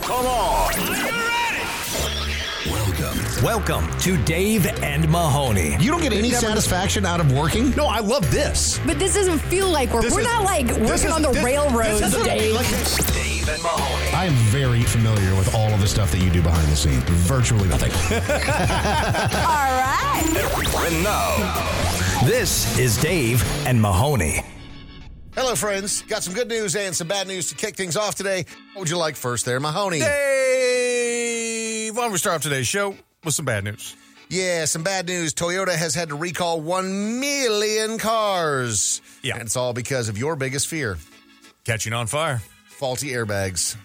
Come on. Welcome to Dave and Mahoney. You don't get any satisfaction out of working? No, I love this. But this doesn't feel like work. This We're is- not like this working is- on the this- railroads, this is- Dave. Dave and Mahoney. I am very familiar with all of the stuff that you do behind the scenes. Virtually nothing. All right. And now, this is Dave and Mahoney. Hello, friends. Got some good news and some bad news to kick things off today. What would you like first there, Mahoney? Dave, why don't we start off today's show with some bad news? Yeah, some bad news. Toyota has had to recall 1 million cars. Yeah. And it's all because of your biggest fear Catching on fire. faulty airbags.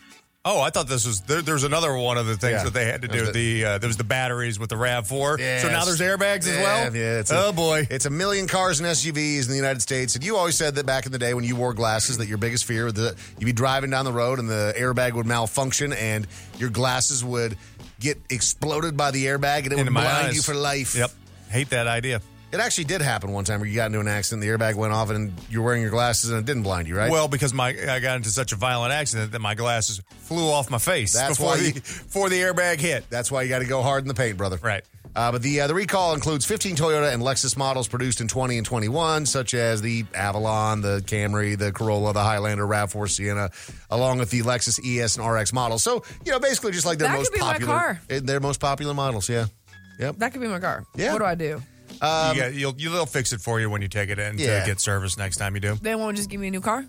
Oh, I thought this was there, there's another one of the things Yeah. that they had to do. There's The uh, there was the batteries with the Rav Four. So Yes. now there's airbags as Yeah, well. Yeah, it's oh a- boy. It's a million cars and SUVs in the United States. And you always said that back in the day when you wore glasses that your biggest fear was that you'd be driving down the road and the airbag would malfunction and your glasses would get exploded by the airbag and it would my blind eyes. you for life. Yep. Hate that idea. It actually did happen one time where you got into an accident, the airbag went off and you're wearing your glasses and it didn't blind you, right? Well, because my I got into such a violent accident that my glasses flew off my face That's before why the you- before the airbag hit. That's why you got to go hard in the paint, brother. Right. Uh, but the uh, the recall includes 15 Toyota and Lexus models produced in 20 and 21, such as the Avalon, the Camry, the Corolla, the Highlander, Rav4 Sienna, along with the Lexus ES and RX models. So you know, basically, just like their That most could be my popular, car. eh, their most popular models. Yeah. Yep. That could be my car. Yeah. What do I do? you got, you'll, you'll, they'll fix it for you when you take it in um, Yeah. to get service next time you do. They won't just give me a new car?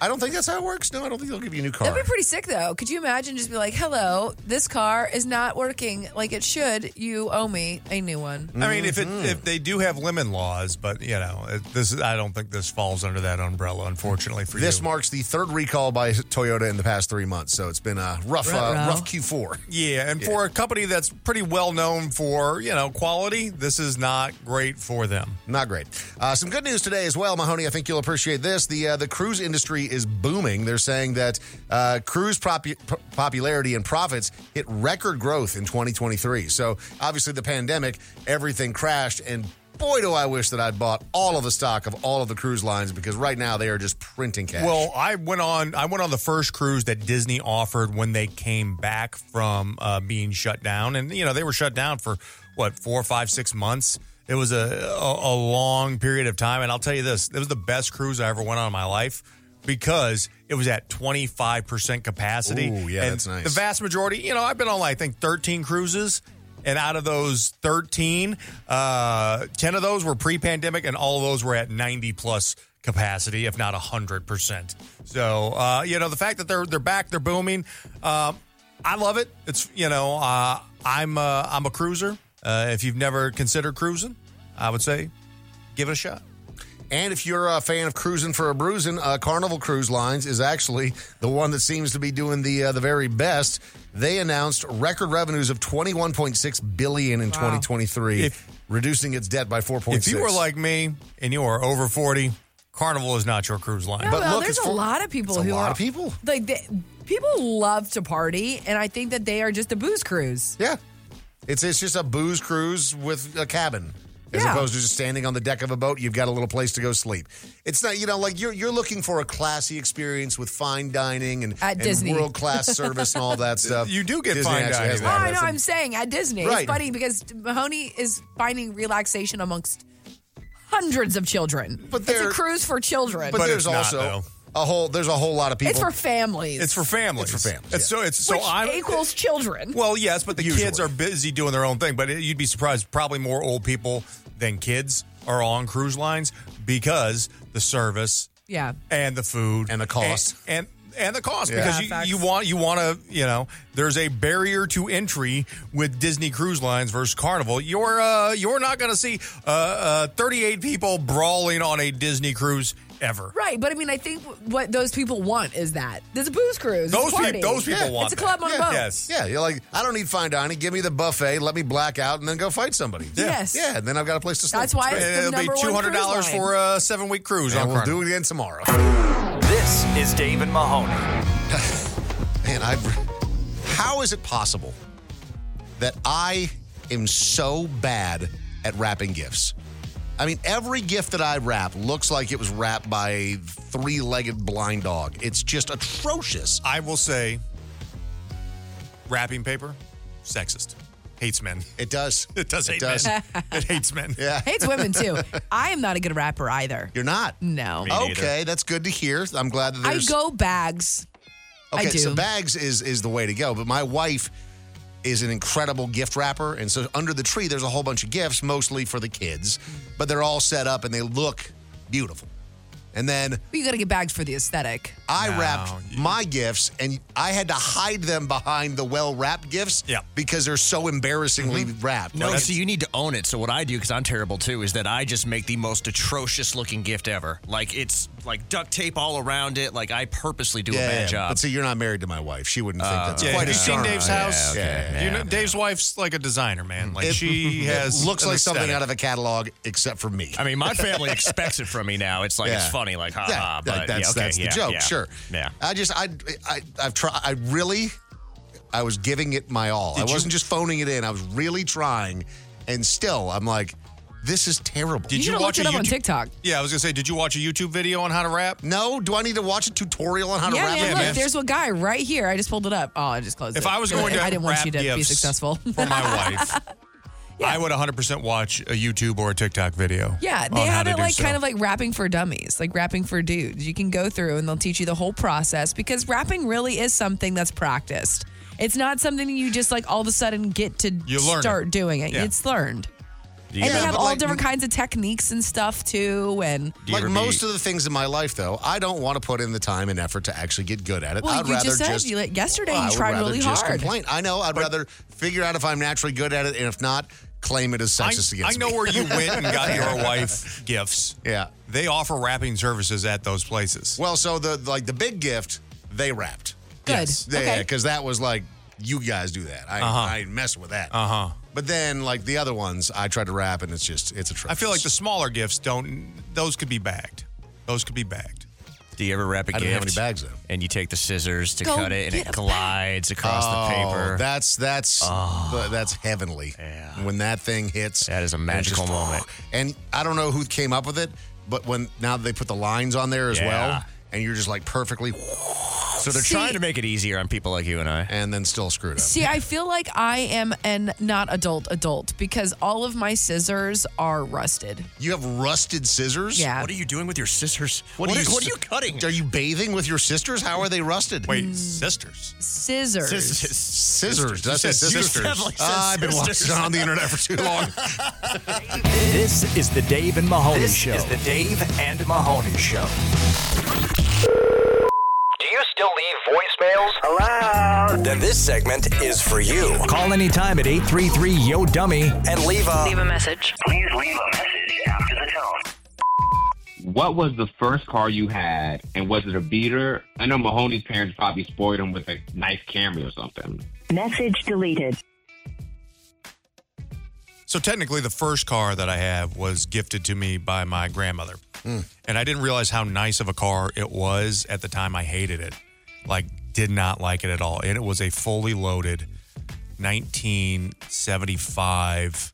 I don't think that's how it works. No, I don't think they'll give you a new car. That'd be pretty sick, though. Could you imagine just be like, hello, this car is not working like it should. You owe me a new one. I mean, if it Mm-hmm. if they do have lemon laws, but you know, it, this is- I don't think this falls under that umbrella, unfortunately for this you. marks the third recall by Toyota in the past three months, so it's been a rough, uh, Ruh-roh. rough Q4. yeah, and for a company that's pretty well known for you know quality, this is not great for them. Not great. Uh, some good news today as well, Mahoney. I think you'll appreciate this. The uh, the cruise industry is booming. They're saying that uh, cruise propu- p- popularity and profits hit record growth in 2023. So obviously, the pandemic, everything crashed, and boy, do I wish that I'd bought all of the stock of all of the cruise lines because right now they are just printing cash. Well, I went on. I went on the first cruise that Disney offered when they came back from uh, being shut down, and you know they were shut down for what four, five, six months. It was a, a a long period of time, and I'll tell you this: it was the best cruise I ever went on in my life because it was at twenty five percent capacity. Ooh, yeah, and that's nice. The vast majority, you know, I've been on I think thirteen cruises. And out of those 13, uh, 10 of those were pre pandemic, and all of those were at 90 plus capacity, if not 100%. So, uh, you know, the fact that they're they're back, they're booming. Uh, I love it. It's, you know, uh, I'm, uh, I'm a cruiser. Uh, if you've never considered cruising, I would say give it a shot. And if you're a fan of cruising for a bruising, uh, Carnival Cruise Lines is actually the one that seems to be doing the uh, the very best. They announced record revenues of 21.6 billion in 2023, If- reducing its debt by 4.6. If you were like me and you are over 40, Carnival is not your cruise line. No, But no, look, there's it's a for- lot of people it's a who lot are of people. Like they, people love to party, and I think that they are just a booze cruise. yeah, it's it's just a booze cruise with a cabin. As Yeah. opposed to just standing on the deck of a boat, you've got a little place to go sleep. It's not, you know, like you're you're looking for a classy experience with fine dining and, At Disney. world class service and all that stuff. You do get Disney fine actually has that. dining there. Oh, I know. That's a- I'm saying at Disney, Right. it's funny because Mahoney is finding relaxation amongst hundreds of children. But it's a they're- cruise for children. but, But there's it's not, also though. a whole there's a whole lot of people. it's for families. It's for families. It's for families, It's so it's which so I equals children. Well, yes, but the Usually. kids are busy doing their own thing. But it, you'd be surprised, probably more old people than kids are on cruise lines because the service, Yeah. and the food And the cost. and. and and the cost Yeah. because Yeah, facts. you, you want you want to you know there's a barrier to entry with Disney Cruise Lines versus Carnival. You're uh, you're not going to see uh, uh, 38 people brawling on a Disney cruise ever. Right, but I mean, I think what those people want is that there's a booze cruise. Those it's a party. people, those people Yeah. want It's a that. club on a Yeah. boat. Yes. Yeah, you're like, I don't need fine dining. Give me the buffet. Let me black out and then go fight somebody. Yeah. Yes. Yeah, and then I've got a place to stay. That's why it's It's great. the It'll be number two one hundred cruise dollars line. for a seven week uh, cruise And on we'll Chrono. do it again tomorrow. This is Dave and Mahoney. Man, I. How is it possible that I am so bad at wrapping gifts? I mean, every gift that I wrap looks like it was wrapped by a three legged blind dog. It's just atrocious. I will say, wrapping paper, sexist, hates men. It does. It does hate It does. men. it hates men. Yeah. Hates women too. I am not a good rapper either. You're not. No. Me. neither. Okay, that's good to hear. I'm glad that I there's. go bags. I okay, do. so bags is is the way to go. But my wife is an incredible gift wrapper, and so under the tree there's a whole bunch of gifts, mostly for the kids, but they're all set up and they look beautiful. And then But you got to get bags for the aesthetic. I No, wrapped you- my gifts, and I had to hide them behind the well wrapped gifts Yeah. because they're so embarrassingly wrapped. Mm-hmm. No, Like, so you need to own it. So what I do, because I'm terrible too, is that I just make the most atrocious looking gift ever. Like it's like duct tape all around it. Like I purposely do a bad job. Uh, But see, you're not married to my wife. She wouldn't think that's Yeah, quite have you as seen charming. Dave's Yeah, house? okay. Yeah, you know, Dave's wife's like a designer, man. Like she has It looks an like something aesthetic. out of a catalog, except for me. I mean, my family expects it from me now. It's like it's Yeah. funny, like ha yeah, ha. like, But that's yeah, okay, that's yeah, the joke, yeah. sure. Yeah. I just I I I've tried. I really, I was giving it my all. I you- wasn't just phoning it in. I was really trying, and still I'm like, this is terrible. Did You you, should've looked watch it a up on YouTube- TikTok. Yeah, I was gonna say, did you watch a YouTube video on how to rap? no, do I need to watch a tutorial on how Yeah, to wrap man, it? look, man. there's a guy right here. I just pulled it up. Oh, I just closed it. If I was going to, I didn't want wrap you to be gifts successful. for my wife. I would 100% watch a YouTube or a TikTok video. Yeah, they on how have to it do like so. kind of like rapping for dummies, like rapping for dudes. You can go through and they'll teach you the whole process because rapping really is something that's practiced. It's not something you just like all of a sudden get to You learn start it. doing it. Yeah. It's learned. Yeah, and they have but all like- different kinds of techniques and stuff too. And Do you like ever be- most of the things in my life, though, I don't want to put in the time and effort to actually get good at it. well, I'd you rather just said just you, like, yesterday I you would tried rather really just hard. complain. I know. I'd rather figure out if I'm naturally good at it, and if not, claim it as I, sexist I against know me. where you went and got your wife gifts. Yeah. They offer wrapping services at those places. Well, so the like the big gift they wrapped. Good. Yeah, okay. because that was like you guys do that. I Uh-huh. I ain't messing with that. Uh huh. But then like the other ones, I tried to wrap, and it's just it's atrocious. I feel like the smaller gifts don't, those could be bagged. Those could be bagged. Do you ever wrap a I gift? didn't have any bags though. And you take the scissors to Go cut it, and get it a bag. glides across the paper. Oh, Ah. Oh. That's that's th- that's heavenly. Yeah. When that thing hits, That is a and it's oh, magical moment. And I don't know who came up with it, but when now they put the lines on there as Yeah. well, and you're just like perfectly, so they're See- trying to make it easier on people like you and I. and then still screwed up. See, I feel like I am an not adult adult because all of my scissors are rusted. You have rusted scissors. Yeah. What are you doing with your scissors? What, are, you, what are you cutting? Are you bathing with your sisters? How are they rusted? Wait, sisters. Mm. Scissors. Scissors. Did I say You said- you sisters? definitely said Ah, I've been sisters. watching on the internet for too long. This is the Dave and Mahoney This Show. is the Dave and Mahoney Show. Do you still leave voicemails? Hello? Then this segment is for you. Call anytime at 833 Yo Dummy and leave a. Leave a message. Please leave a message after the tone. what was the first car you had, and was it a beater? I know Mahoney's parents probably spoiled him with a nice Camry or something. Message deleted. So technically, the first car that I had was gifted to me by my grandmother, Hmm. and I didn't realize how nice of a car it was at the time. I hated it, like did not like it at all, and it was a fully loaded 1975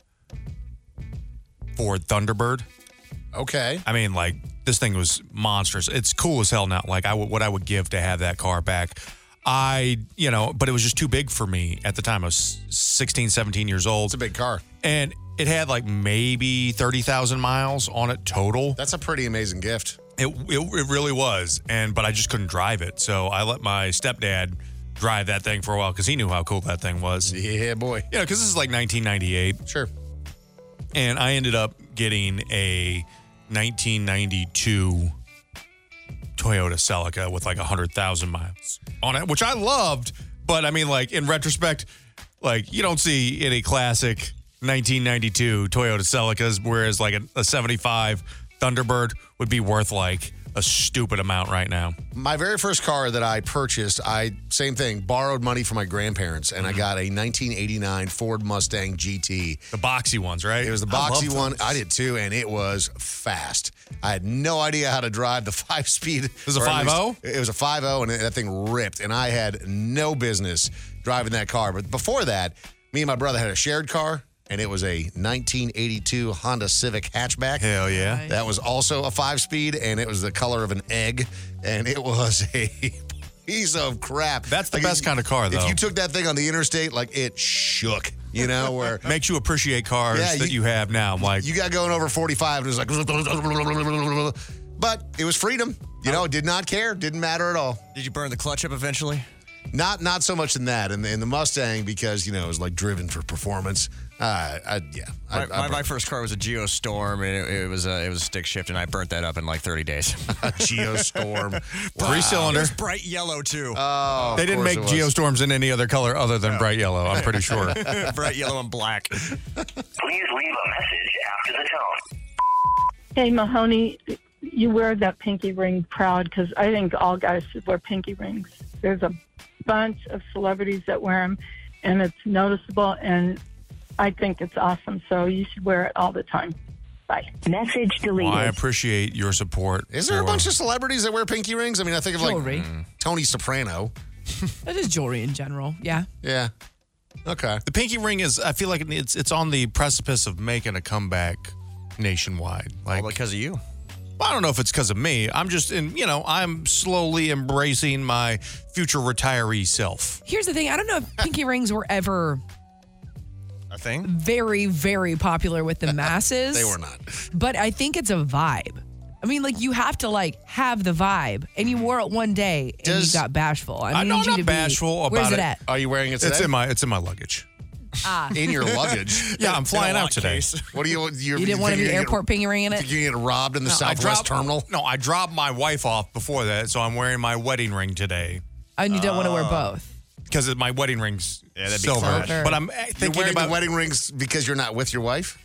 Ford Thunderbird. Okay. I mean, like this thing was monstrous. It's cool as hell now. Like I would, what I would give to have that car back. I, you know, but it was just too big for me at the time. I was 16, 17 years old It's a big car. and it had like maybe 30,000 miles on it total. That's a pretty amazing gift. It, it it really was. And but I just couldn't drive it. So I let my stepdad drive that thing for a while cuz he knew how cool that thing was. You Yeah, boy. know, cuz this is like 1998 Sure. and I ended up getting a 1992 Toyota Celica with like 100,000 miles on it, which I loved. But I mean, like, in retrospect, like, you don't see any classic 1992 Toyota Celicas, whereas like a, a 75 Thunderbird would be worth like a stupid amount right now. My very first car that I purchased, I same thing, borrowed money from my grandparents, and I got a 1989 Ford Mustang GT. The boxy ones, right? It was the boxy one. I did too, and it was fast. I had no idea how to drive the five speed. It was a oh? 5.0? It was a 5.0, and that thing ripped. And I had no business driving that car. But before that, me and my brother had a shared car, and it was a 1982 Honda Civic hatchback. Hell yeah. Nice. That was also a five speed, and it was the color of an egg, and it was a. Piece of crap. That's the best kind of car, though. If you took that thing on the interstate, like it shook, you know, where Makes you appreciate cars Yeah, that you- you have now. I'm like, you got going over 45 and it was like but it was freedom you know did not care didn't matter at all Did you burn the clutch up eventually? not not so much in that and in, the mustang because you know it was like driven for performance uh, I, yeah I, My, I my, my first car was a Geostorm, and it, it was a it was a stick shift, and I burnt that up in like 30 days. geostorm three cylinder. Oh, It's bright yellow too, they didn't course make it was. geostorms in any other color other than bright yellow, I'm pretty sure. bright yellow and black. Please leave a message after the tone. Hey, Mahoney, you wear that pinky ring proud because I think all guys should wear pinky rings. There's a bunch of celebrities that wear them, and it's noticeable, and I think it's awesome. So you should wear it all the time. Bye. Message Well, I deleted. appreciate your support. is there a for- bunch of celebrities that wear pinky rings i mean i think of like Jewelry. tony soprano That is jewelry in general. Yeah. yeah okay The pinky ring is. I feel like it's it's on the precipice of making a comeback nationwide. Like All because of you. I don't know if it's because of me. I'm just in. You know, I'm slowly embracing my future retiree self. Here's the thing. I don't know if pinky rings were ever A thing. very, very popular with the masses. they were not but I think it's a vibe. I mean, like you have to like have the vibe, and you wore it one day and Does- you got bashful. I, I need know I'm you not to bashful be, about Where's it, it. at? Ah, are you wearing it today? It's in my it's in my luggage. in your luggage Yeah, I'm flying out lock today. case. what do you you're, You didn't want to think be you're gonna airport get, pinky ring in think it. you're gonna get robbed in the I southwest dropped- terminal No, I dropped my wife off before that, so I'm wearing my wedding ring today And you don't want to Uh, wear both. because Um, my wedding ring's that'd be silver. clutch. But I'm eh, You're thinking wearing about the wedding rings because you're not with your wife?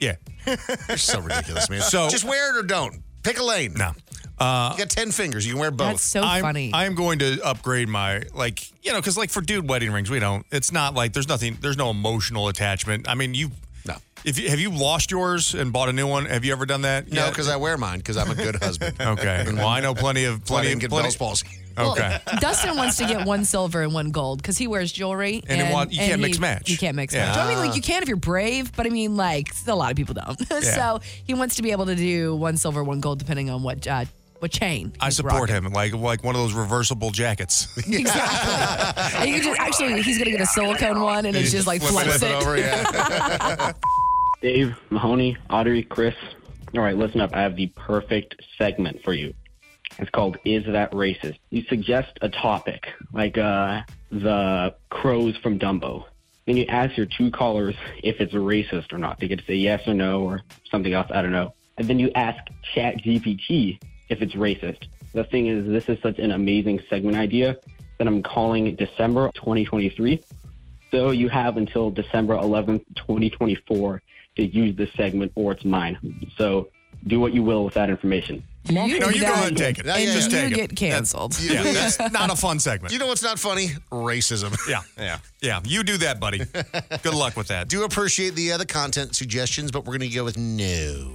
yeah. You're so ridiculous, man. So- just wear it or don't. Pick a lane. No, Uh, You got ten fingers. You can wear both. That's so I'm, funny. I'm going to upgrade my like you know because like for dude wedding rings we don't. It's not like there's nothing. There's no emotional attachment. I mean you. No. If you, have you lost yours and bought a new one? Have you ever done that? no, yet? because I wear mine because I'm a good husband. Okay. Well, I know plenty of Plenty plenty of of get plenty. Bell's palsy. Okay. Dustin wants to get one silver and one gold because he wears jewelry. And he want- you can't mix he- match. You can't mix Yeah. match. I mean, like you can if you're brave, but I mean, like a lot of people don't. so he wants to be able to do one silver, one gold, depending on what uh, what chain. I he's support rocking. him. Like like one of those reversible jackets. Exactly. And you can just- actually, he's gonna get a silicone one, and it's just like Flip it, flips flip it. over. Yeah. Dave, Mahoney, Audrey, Chris. All right, listen up. I have the perfect segment for you. It's called Is That Racist? You suggest a topic, like uh, the crows from Dumbo. Then you ask your two callers if it's racist or not. They get to say yes or no or something else. I don't know. And then you ask ChatGPT if it's racist. The thing is, this is such an amazing segment idea that I'm calling it December 2023. So you have until December 11th, 2024 to use this segment or it's mine. So do what you will with that information. You No, do you go that, ahead and take it. Yeah, and yeah, Just you take get it. canceled. That's, yeah, that's not a fun segment. you know what's not funny? Racism. yeah, yeah, yeah. You do that, buddy. Good luck with that. Do appreciate the other content suggestions, but we're going to go with no.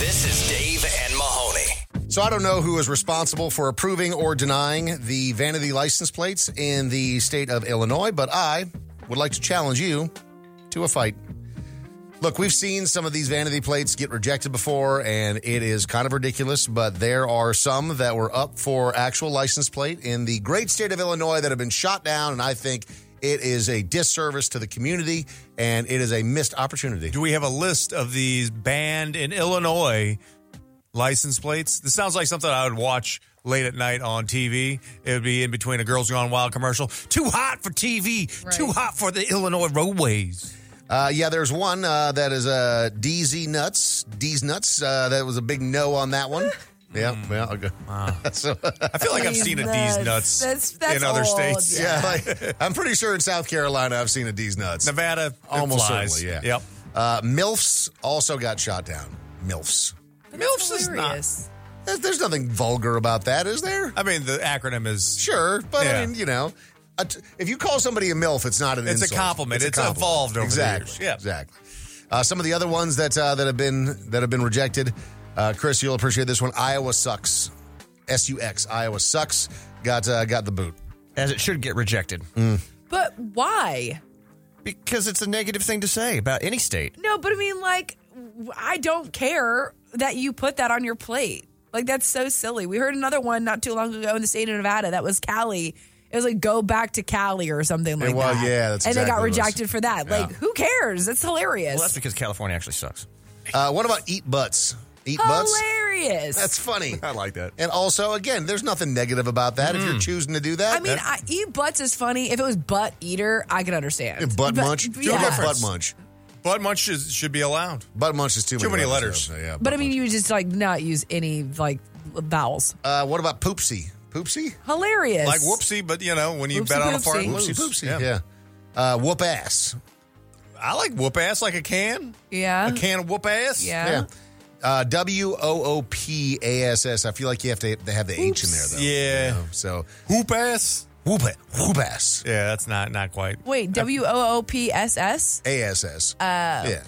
This is Dave and Mahoney. So I don't know who is responsible for approving or denying the vanity license plates in the state of Illinois, but I would like to challenge you to a fight. Look, we've seen some of these vanity plates get rejected before, and it is kind of ridiculous, but there are some that were up for actual license plate in the great state of Illinois that have been shot down, and I think it is a disservice to the community and it is a missed opportunity. Do we have a list of these banned in Illinois license plates? This sounds like something I would watch late at night on TV. It would be in between a Girls Gone Wild commercial. Too hot for TV. Too hot for the Illinois roadways. Uh, yeah, there's one uh, that is uh, DZ Nuts. D's Nuts. Uh, that was a big no on that one. yeah, well, okay. so, I feel like I've seen a D's nuts That's- that's in other old, states. yeah, like, I'm pretty sure in South Carolina I've seen a D's Nuts. Nevada it Almost flies. certainly, yeah. Yep. Uh, MILFs also got shot down. MILFs. MILFs is not. Hilarious. There's, there's nothing vulgar about that, is there? I mean, the acronym is sure, but Yeah. I mean, you know, a t- if you call somebody a milf, it's not an It's a insult. compliment. It's evolved over the exactly. years. Yeah. exactly. Uh, some of the other ones that uh, that have been that have been rejected, uh, Chris, you'll appreciate this one. Iowa sucks. S U X. Iowa sucks. Got uh, got the boot. As it should get rejected. Mm. But why? Because it's a negative thing to say about any state. No, but I mean, like, w- I don't care that you put that on your plate. Like, that's so silly. We heard another one not too long ago in the state of Nevada that was Cali. It was like, go back to Cali or something like well, that. yeah, that's And they got exactly what it was. rejected for that. Like, Yeah. who cares? That's hilarious. Well, that's because California actually sucks. Uh, what about eat butts? Eat butts. hilarious. That's funny. I like that. And also, again, there's nothing negative about that. If you're choosing to do that, Mm. I mean, I, eat butts is funny. If it was butt eater, I could understand. butt But- munch. but You don't yeah. get butt munch. Butt munch is, should be allowed. Butt munch is too, Too many though. yeah, But I mean, you would just like not use any like vowels. Uh, what about poopsie? Poopsie? Hilarious. Like whoopsie, but you know, when you Whoopsie bet on a fart, poopsie. and Poopsie, lose. poopsie. Yeah. Uh, whoop ass. I like whoop ass like a can. Yeah. A can of whoop ass. Yeah. Yeah. Uh, W O O P A S S. I feel like you have to they have the H in there though. Yeah. You know, So Hoop ass. whoop it, whoop ass, Yeah, that's not not quite. Wait, Uh, W O O P S S? A S S. Yeah.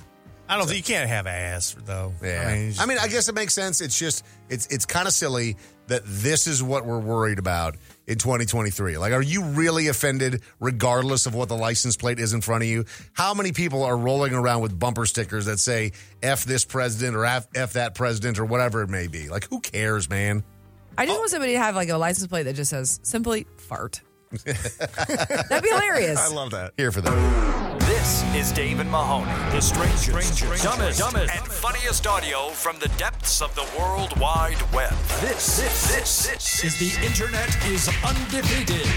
I don't think you can't have ass though. Yeah. I mean, it's- I guess it makes sense. It's just it's it's kind of silly that this is what we're worried about in 2023. Like, are you really offended regardless of what the license plate is in front of you? How many people are rolling around with bumper stickers that say "F this president" or "F, F that president" or whatever it may be? Like, who cares, man? I just want somebody to have like a license plate that just says simply fart. That'd be hilarious. I love that. Here for them. This is Dave and Mahoney, the strangest, dumbest, and funniest audio from the depths of the World Wide Web. This, this, this, this is the Internet is undefeated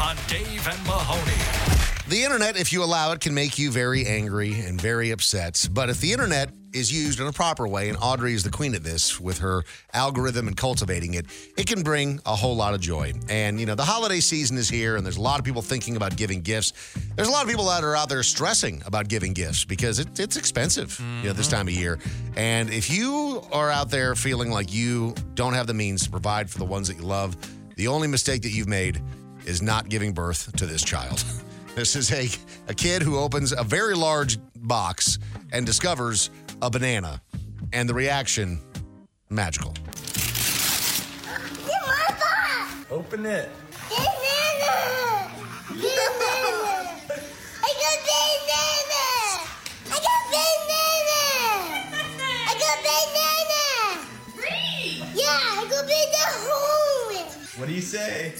on Dave and Mahoney. The internet, if you allow it, can make you very angry and very upset. But if the internet is used in a proper way, and Audrey is the queen of this with her algorithm and cultivating it, it can bring a whole lot of joy. And, you know, the holiday season is here, and there's a lot of people thinking about giving gifts. There's a lot of people that are out there stressing about giving gifts because it, it's expensive, you know, this time of year. And if you are out there feeling like you don't have the means to provide for the ones that you love, the only mistake that you've made is not giving birth to this child. This is a, a kid who opens a very large box and discovers a banana, and the reaction magical. Open it. What do you say?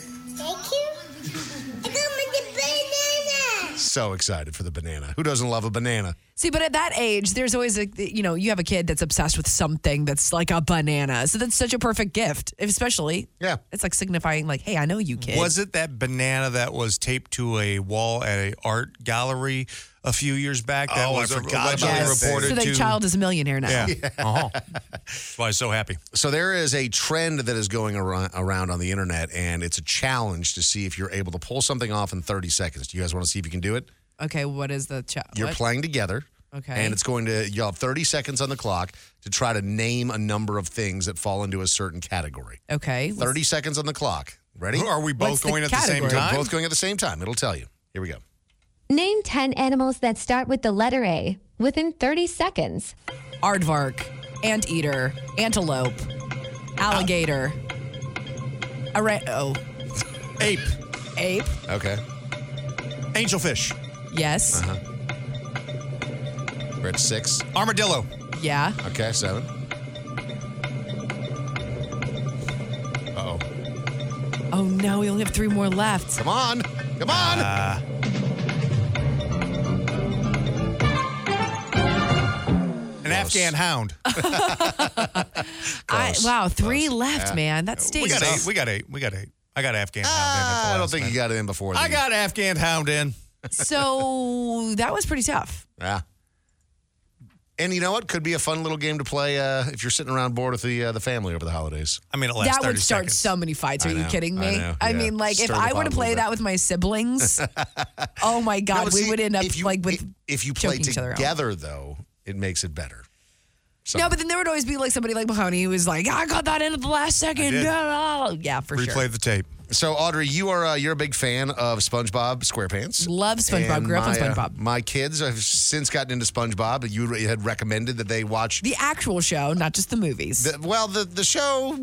So excited for the banana. Who doesn't love a banana? See, but at that age, there's always a you know you have a kid that's obsessed with something that's like a banana. So that's such a perfect gift, especially Yeah. it's like signifying like, hey, I know you, kid. Was it that banana that was taped to a wall at a art gallery a few years back? That Oh, I was forgot allegedly about that. reported so the to. child is a millionaire now. yeah. Uh-huh. That's why I was so happy. So there is a trend that is going around, around on the internet, and it's a challenge to see if you're able to pull something off in 30 seconds. Do you guys want to see if you can do it? Okay, what is the child? You're playing together. Okay. And it's going to, you'll have 30 seconds on the clock to try to name a number of things that fall into a certain category. okay, 30 seconds on the clock. Ready? Are we both What's the going at the same category? time? Both going at the same time. It'll tell you. Here we go. Name 10 animals that start with the letter A within 30 seconds. aardvark, anteater, antelope, alligator, ara- oh, Ape, ape, Okay. angelfish, yes, We're at six. armadillo, yeah, Okay, seven. Uh oh. Oh no, we only have three more left. Come on. Come on. an Afghan hound. I, Close. wow, three Close. left, Yeah. man. That stinks. We got eight. We got eight. We got eight. I got Afghan hound. in at Ah, the I don't last think minute. you got it in before. I the- got Afghan hound in. so that was pretty tough. Yeah. Ah. And you know what? Could be a fun little game to play uh, if you're sitting around bored with the uh, the family over the holidays. I mean, it lasts that 30 would start seconds. so many fights. Are I you know, kidding I me? know, I yeah. mean, like Stir if the pot I a were to little play bit. that with my siblings, oh my No, god, but we see, would end up if you- like with if, if you play choking each other out. together though, it makes it better. No, but then there would always be like somebody like Mahoney who was like, I got that in at the last second. oh, did. Yeah, for sure. the tape. So, Audrey, you are uh, you're a big fan of SpongeBob SquarePants. Love SpongeBob. And Grew up on my, uh, SpongeBob. my kids have since gotten into SpongeBob. You re- had recommended that they watch the actual show, not just the movies. well, the the show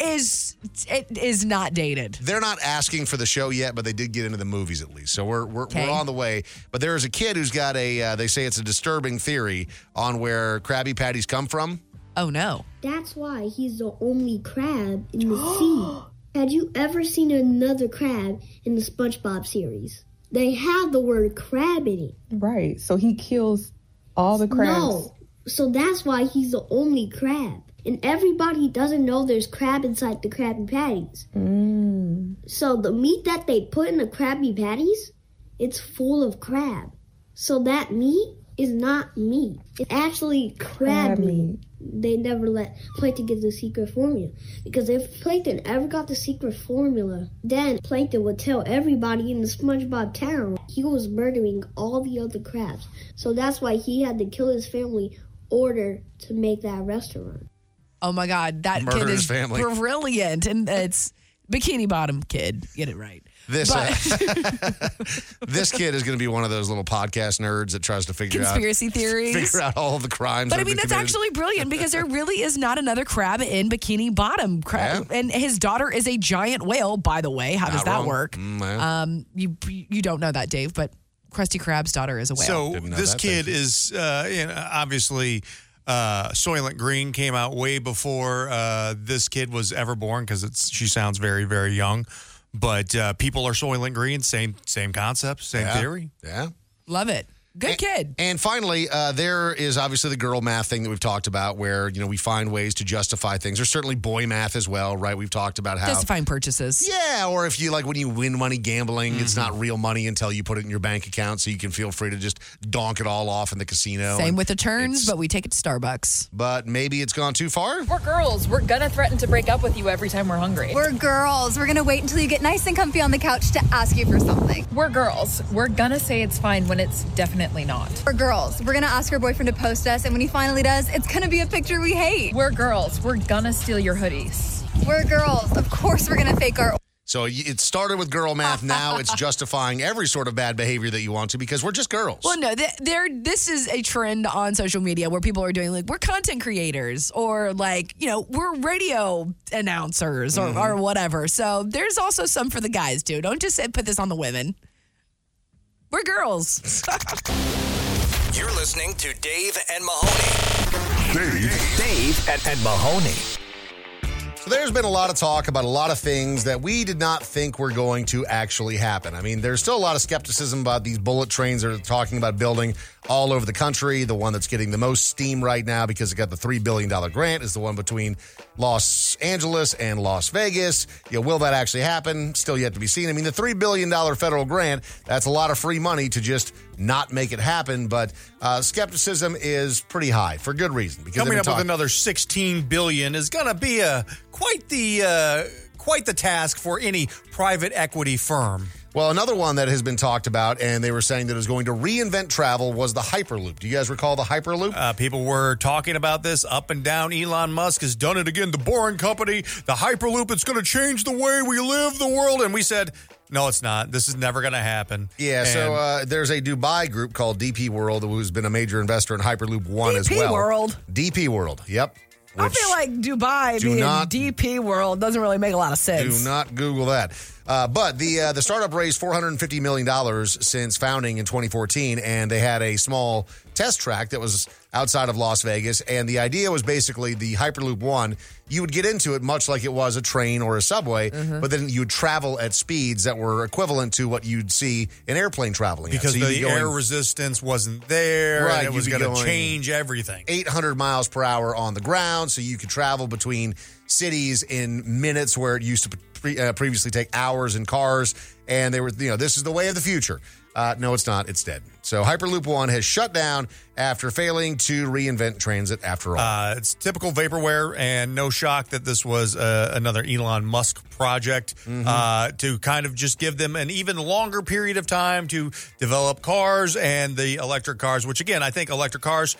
is it is not dated. They're not asking for the show yet, but they did get into the movies at least. So we're we're, Okay. we're on the way. But there is a kid who's got a uh, they say it's a disturbing theory on where Krabby Patties come from. Oh no. That's why he's the only crab in the sea. Had you ever seen another crab in the SpongeBob series? They have the word crab in it. Right. So he kills all the crabs. No. So that's why he's the only crab. And everybody doesn't know there's crab inside the Krabby Patties. Mm. So the meat that they put in the Krabby Patties, it's full of crab. So that meat is not meat. It's actually crab, Crab meat. They never let Plankton get the secret formula. Because if Plankton ever got the secret formula, then Plankton would tell everybody in the SpongeBob town he was murdering all the other crabs. So that's why he had to kill his family order to make that restaurant. Oh my God, that Murdered kid his is family. brilliant, and it's Bikini Bottom kid. Get it right. This But- uh, this kid is going to be one of those little podcast nerds that tries to figure Conspiracy out theories. figure out all the crimes. But that I have mean, been that's committed. actually brilliant because there really is not another crab in Bikini Bottom. Crab, and his daughter is a giant whale. By the way, how does Not that wrong. work? Mm, yeah. Um, you you don't know that, Dave, but Krusty Krab's daughter is a whale. So this kid is uh, you know, obviously uh, Soylent Green came out way before uh, this kid was ever born because it's she sounds very very young, but uh, people are Soylent Green. Same same concept, same Yeah. theory. Yeah. Love it. Good kid. And finally, uh, there is obviously the girl math thing that we've talked about, where you know we find ways to justify things. There's certainly boy math as well, right? We've talked about how Justifying purchases. Yeah, or if you like when you win money gambling, it's Mm-hmm. not real money until you put it in your bank account, so you can feel free to just donk it all off in the casino. Same Oh, And- with the turns, but we take it to Starbucks. but maybe it's gone too far. We're girls. We're gonna threaten to break up with you every time we're hungry. We're girls. We're going to wait until you get nice and comfy on the couch to ask you for something. We're girls. We're gonna say it's fine when it's definitely not. We're girls. We're going to ask your boyfriend to post us, and when he finally does, it's going to be a picture we hate. We're girls. We're gonna steal your hoodies. We're girls. Of course, we're going to fake our. So y- it started with girl math. Now it's justifying every sort of bad behavior that you want to because we're just girls. Well, no, th- there. This is a trend on social media where people are doing like we're content creators or like you know we're radio announcers Mm-hmm. or, or whatever. So there's also some for the guys too. Don't just say, put this on the women. We're girls. You're listening to Dave and Mahoney. Dave, Dave and, and Mahoney. So there's been a lot of talk about a lot of things that we did not think were going to actually happen. I mean, there's still a lot of skepticism about these bullet trains that are talking about building all over the country. The one that's getting the most steam right now because it got the $3 billion grant is the one between Los Angeles and Las Vegas. You know, will that actually happen? Still yet to be seen. I mean, the $3 billion federal grant, that's a lot of free money to just not make it happen. But uh, skepticism is pretty high for good reason. Because Coming they've been up with talking- another 16 billion is going to be a quite the uh, quite the task for any private equity firm. Well, another one that has been talked about, and they were saying that it was going to reinvent travel, was the Hyperloop. Do you guys recall the Hyperloop? Uh, people were talking about this up and down. Elon Musk has done it again. The Boring Company, the Hyperloop. It's going to change the way we live the world. And we said, no, it's not. This is never going to happen. yeah, so And- uh, there's a Dubai group called DP World who's been a major investor in Hyperloop One as DP well. World? DP World, yep. I feel like Dubai do being not- DP world doesn't really make a lot of sense. Do not Google that. Uh, but the uh, the startup raised 450 million dollars since founding in 2014, and they had a small test track that was outside of Las Vegas. And the idea was basically the Hyperloop One. You would get into it much like it was a train or a subway, but then you would travel at speeds that were equivalent to what you'd see in airplane traveling. at. because So you'd be the going- air resistance wasn't there, Right, and it you'd was be going to going- change everything. 800 miles per hour on the ground, so you could travel between cities in minutes where it used to pre- uh, previously take hours in cars. And they were, you know, this is the way of the future. Uh, no, it's not. It's dead. So Hyperloop One has shut down after failing to reinvent transit after all. Uh, it's typical vaporware, and no shock that this was uh, another Elon Musk project Mm-hmm. uh, to kind of just give them an even longer period of time to develop cars and the electric cars, which, again, I think electric cars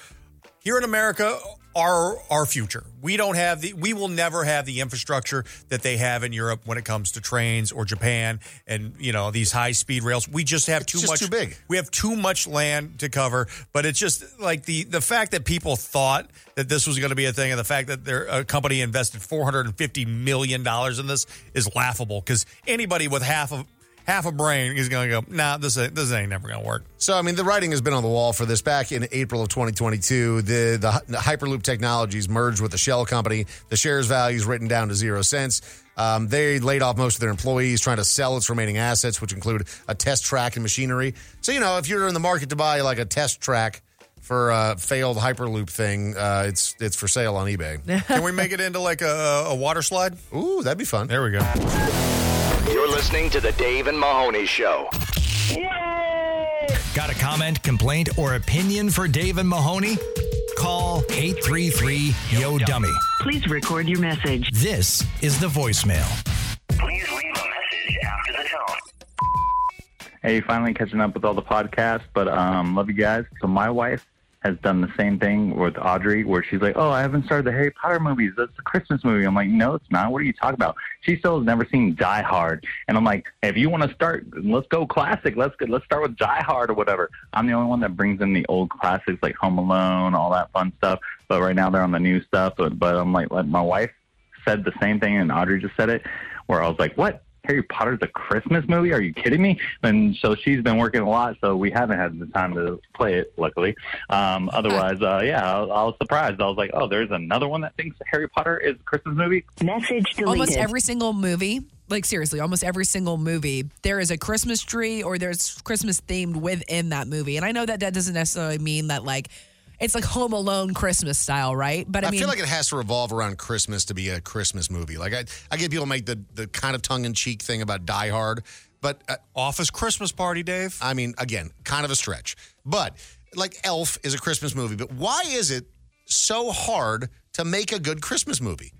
here in America our our future. We don't have the we will never have the infrastructure that they have in Europe when it comes to trains or Japan and you know these high speed rails. We just have too just much too big. We have too much land to cover, but it's just like the the fact that people thought that this was going to be a thing and the fact that their a company invested 450 million dollars in this is laughable cuz anybody with half of half a brain is going to go, "Nah, this ain't, this ain't never going to work." So, I mean, the writing has been on the wall for this. Back in April of 2022, the, the, Hy- the Hyperloop Technologies merged with the shell company. The shares values written down to zero cents. Um, they laid off most of their employees, trying to sell its remaining assets, which include a test track and machinery. So, you know, if you're in the market to buy like a test track for a failed Hyperloop thing, uh, it's it's for sale on eBay. Can we make it into like a, a water slide? Ooh, that'd be fun. There we go. You're listening to the Dave and Mahoney Show. Got a comment, complaint, or opinion for Dave and Mahoney? Call 833 Yo Dummy. Please record your message. This is the voicemail. Hey, finally catching up with all the podcasts, but um, love you guys. So my wife has done the same thing with Audrey, where she's like, "Oh, I haven't started the Harry Potter movies. That's a Christmas movie." I'm like, "No, it's not. What are you talking about?" She still has never seen Die Hard, and I'm like, "If you want to start, let's go classic. Let's go, let's start with Die Hard or whatever." I'm the only one that brings in the old classics like Home Alone, all that fun stuff. But right now they're on the new stuff. But, but I'm like, like, my wife said the same thing, and Audrey just said it, where I was like, "What?" Harry Potter's a Christmas movie? Are you kidding me? And so she's been working a lot, so we haven't had the time to play it, luckily. Um, otherwise, uh, yeah, I was, I was surprised. I was like, oh, there's another one that thinks Harry Potter is a Christmas movie? Message Almost every single movie, like seriously, almost every single movie, there is a Christmas tree or there's Christmas themed within that movie. And I know that that doesn't necessarily mean that like it's like Home Alone Christmas style, right? But I, I, mean, feel like it has to revolve around Christmas to be a Christmas movie. Like I, I get people make the the kind of tongue in cheek thing about Die Hard, but uh, Office Christmas Party, Dave. I mean, again, kind of a stretch, but like Elf is a Christmas movie. But why is it so hard to make a good Christmas movie?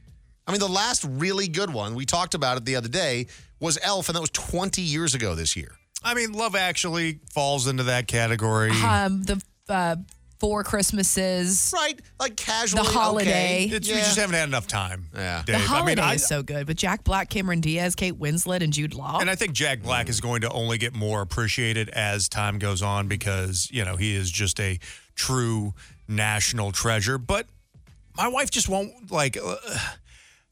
I mean, the last really good one we talked about it the other day was Elf, and that was 20 years ago this year. I mean, Love Actually falls into that category. um, the uh, Four Christmases, right? Like casually, the holiday. It's, We just haven't had enough time. Yeah. Dave. The holiday I mean, I, is so good, but Jack Black, Cameron Diaz, Kate Winslet, and Jude Law. and I think Jack Black is going to only get more appreciated as time goes on because, you know, he is just a true national treasure. But my wife just won't like uh,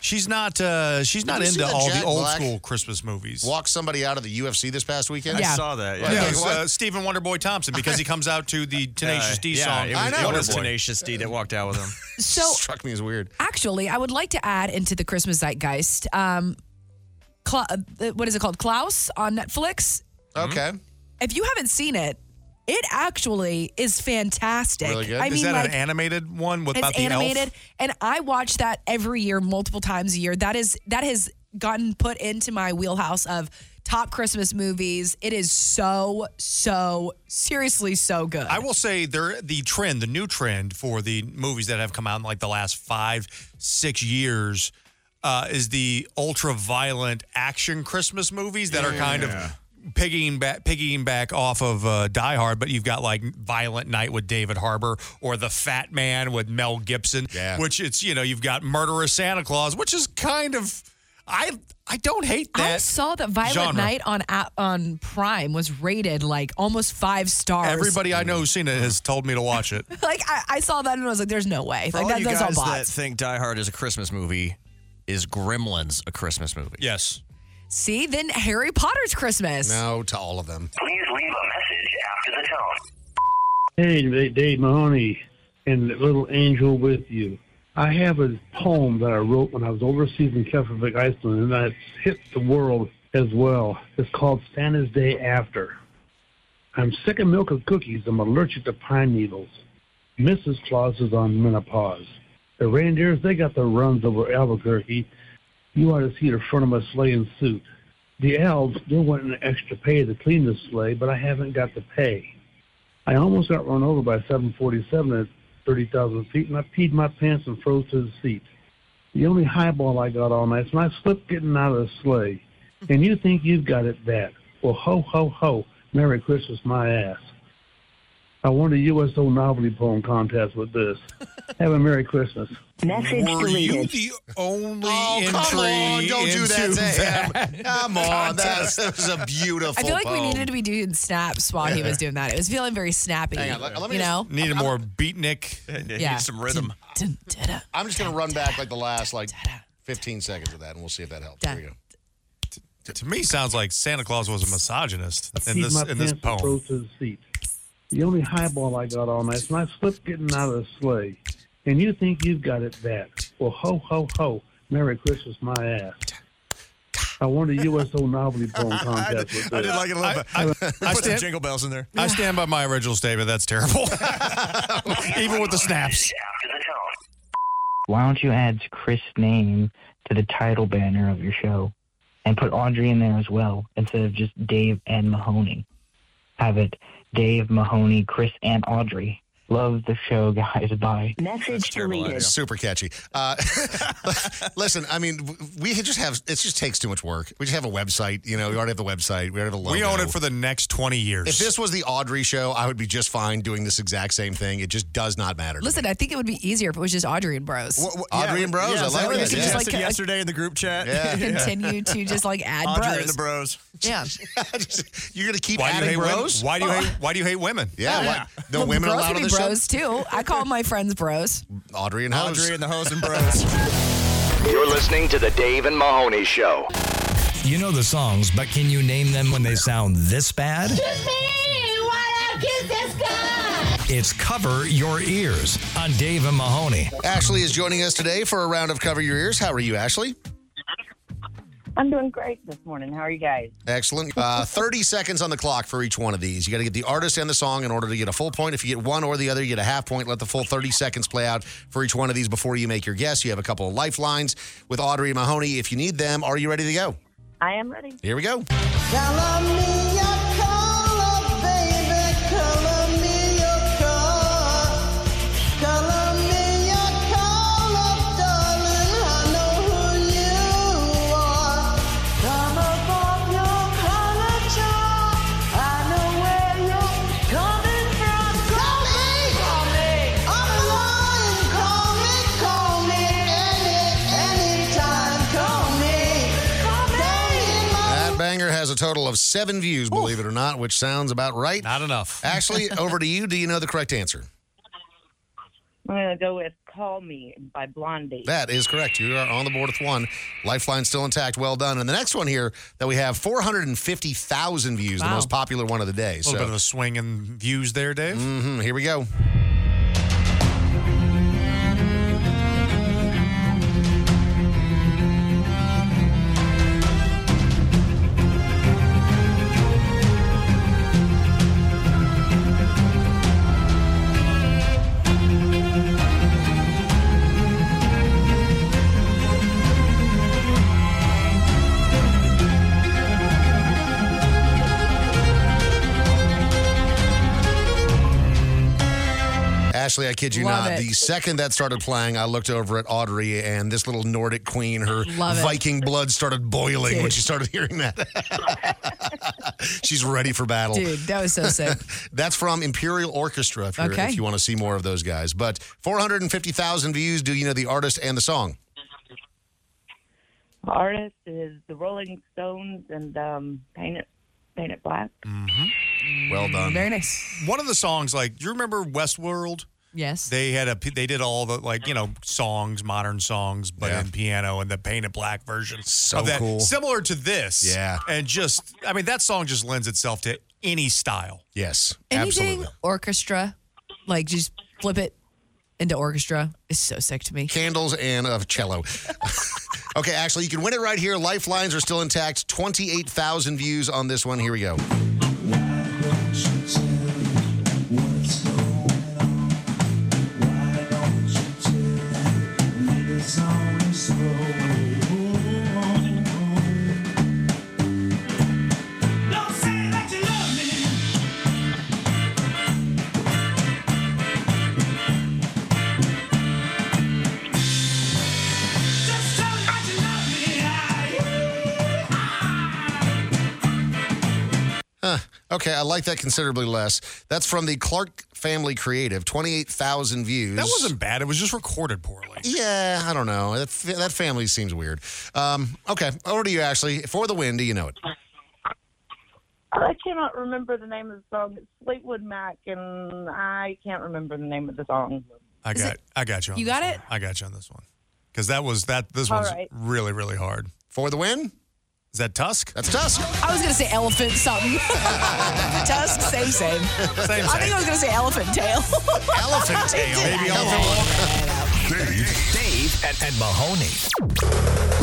she's not uh she's not Did you see into that all Jack the old Black school Christmas movies. Walk somebody out of the UFC this past weekend. I Yeah. saw that, Yeah, Like, it was, what? uh, Stephen Wonderboy Thompson because he comes out to the Tenacious D yeah, song. It was, It was Wonderboy. Tenacious D that walked out with him. So struck me as weird. Actually, I would like to add into the Christmas zeitgeist. Um, Cla- uh, what is it called? Klaus on Netflix. Mm-hmm. Okay. If you haven't seen it, it actually is fantastic. Really good. I is mean, that like, an animated one with about it's the animated, elf? and I watch that every year, multiple times a year. That is that has gotten put into my wheelhouse of top Christmas movies. It is so so seriously so good. I will say there the trend, the new trend for the movies that have come out in like the last five, six years, uh, is the ultra violent action Christmas movies that are kind Yeah. of piggying back, piggying back off of uh, Die Hard, but you've got like Violent Night with David Harbour or The Fat Man with Mel Gibson, which it's you know you've got Murderous Santa Claus, which is kind of I I don't hate that. I saw that Violet genre. Night on a- on Prime was rated like almost five stars. Everybody I know who's seen it has told me to watch it. like I, I saw that and I was like, "There's no way." For like all that, you that's all guys that bots. think Die Hard is a Christmas movie, is Gremlins a Christmas movie? Yes. See, then Harry Potter's Christmas. No to all of them. Please leave a message after the tone. Hey, Da- Dave Mahoney and the Little Angel with you. I have a poem that I wrote when I was overseas in Keflavik, Iceland, and it's hit the world as well. It's called Santa's Day After. I'm sick of milk and cookies. I'm allergic to pine needles. Mrs. Claus is on menopause. The reindeers, they got the runs over Albuquerque. You ought to see the front of my sleigh and suit. The elves, they want an extra pay to clean the sleigh, but I haven't got the pay. I almost got run over by a 747 at 30,000 feet, and I peed my pants and froze to the seat. The only highball I got all night, and I slipped getting out of the sleigh. And you think you've got it bad? Well, ho, ho, ho. Merry Christmas, my ass. I won the USO novelty poem contest with this. Have a Merry Christmas. Message Were deleted. you the only oh, come on. Don't do that into to him. that Come on. That's, contest. that was a beautiful I feel like we poem. needed to be doing snaps while he was doing that. It was feeling very snappy. Hang on, let- let me you just- know? Needed more beatnik. Yeah. needs some rhythm. I'm just going to run back like the last like 15 seconds of that, and we'll see if that helps. Here we go. To me, sounds like Santa Claus was a misogynist in Keep this my in pants this as poem. close to the seat. The only highball I got all night, and I slipped getting out of the sleigh. And you think you've got it bad? Well, ho ho ho! Merry Christmas, my ass. I won the USO novelty poem contest with this. I did like it a little bit. I, put some stand, jingle bells in there. I stand by my original statement. That's terrible. Even with the snaps. Why don't you add Chris' name to the title banner of your show and put Audrey in there as well instead of just Dave and Mahoney? Have it Dave, Mahoney, Chris, and Audrey. Love the show, guys. Bye. Message idea. Super catchy. Uh, listen, I mean, w- we could just have it. Just takes too much work. We just have a website. You know, we already have the website. We already have a logo. We own it for the next 20 years. If this was the Audrey show, I would be just fine doing this exact same thing. It just does not matter. to Listen, I think it would be easier if it was just Audrey and Bros. Audrey and Bros, I like that, yeah. Suggested yesterday in the group chat. Yeah. Uh, Continue to just like add Audrey bros. and the bros. Yeah. You're gonna keep Why do you adding hate women? bros? Why do you hate? Why do you hate women? Yeah, why- no Well, women bros allowed can on be the bros too. I call my friends bros. show. Audrey and Hose. Audrey and the hoes and bros. You're listening to the Dave and Mahoney Show. You know the songs, but can you name them when they sound this bad? It's Cover Your Ears on Dave and Mahoney. Ashley is joining us today for a round of Cover Your Ears. How are you, Ashley? I'm doing great this morning. How are you guys? Excellent. Uh, 30 seconds on the clock for each one of these. You got to get the artist and the song in order to get a full point. If you get one or the other, you get a half point. Let the full 30 seconds play out for each one of these before you make your guess. You have a couple of lifelines with Audrey and Mahoney. If you need them, are you ready to go? I am ready. Here we go. Color me your color, baby. Color me your color. Color me your color, darling. I know who you are. Color from your color chart. I know where you're coming from. Call me, call me. I'm lying. Call me, call me. Any, anytime. Call me. Call me. That banger has a total of seven views, believe it or not, which sounds about right. Not enough. Ashley, over to you. Do you know the correct answer? I'm going to go with Call Me by Blondie. That is correct. You are on the board with one. Lifeline still intact. Well done. And the next one here that we have 450,000 views, the Wow. most popular one of the day. A little bit of a swing in views there, Dave. hmm here we go. Ashley, I kid you Love not. it. The second that started playing, I looked over at Audrey and this little Nordic queen, her Love it. Viking blood started boiling when she started hearing that. She's ready for battle. Dude, that was so sick. That's from Imperial Orchestra if, you're, Okay. if you want to see more of those guys. But 450,000 views. Do you know the artist and the song? Artist is the Rolling Stones and um, Paint It, Paint It Black. Well done. Very nice. One of the songs, like, do you remember Westworld? Yes. They had a p- they did all the like you know songs, modern songs, but in piano and the painted black version. So of that. cool. Similar to this. Yeah. And just I mean that song just lends itself to any style. Yes. Anything orchestra, like just flip it into orchestra is so sick to me. Candles and a cello. okay, Ashley, you can win it right here. Lifelines are still intact. 28,000 views on this one. Here we go. Oh, Huh. Okay, I like that considerably less. That's from the Clark Family Creative, 28,000 views. That wasn't bad. It was just recorded poorly. Yeah, I don't know. That, fa- that family seems weird. Um, okay, over to you, Ashley. For the win, do you know it? I cannot remember the name of the song. It's Fleetwood Mac, and I can't remember the name of the song. I got I got you. On you this got one. it? I got you on this one because that was that. This All one's right. really really hard for the win. Is that Tusk? That's Tusk. I was gonna say elephant something. Tusk, same same. Same, I think I was gonna say elephant tail. elephant Maybe I'll Dave, Dave and, and Mahoney.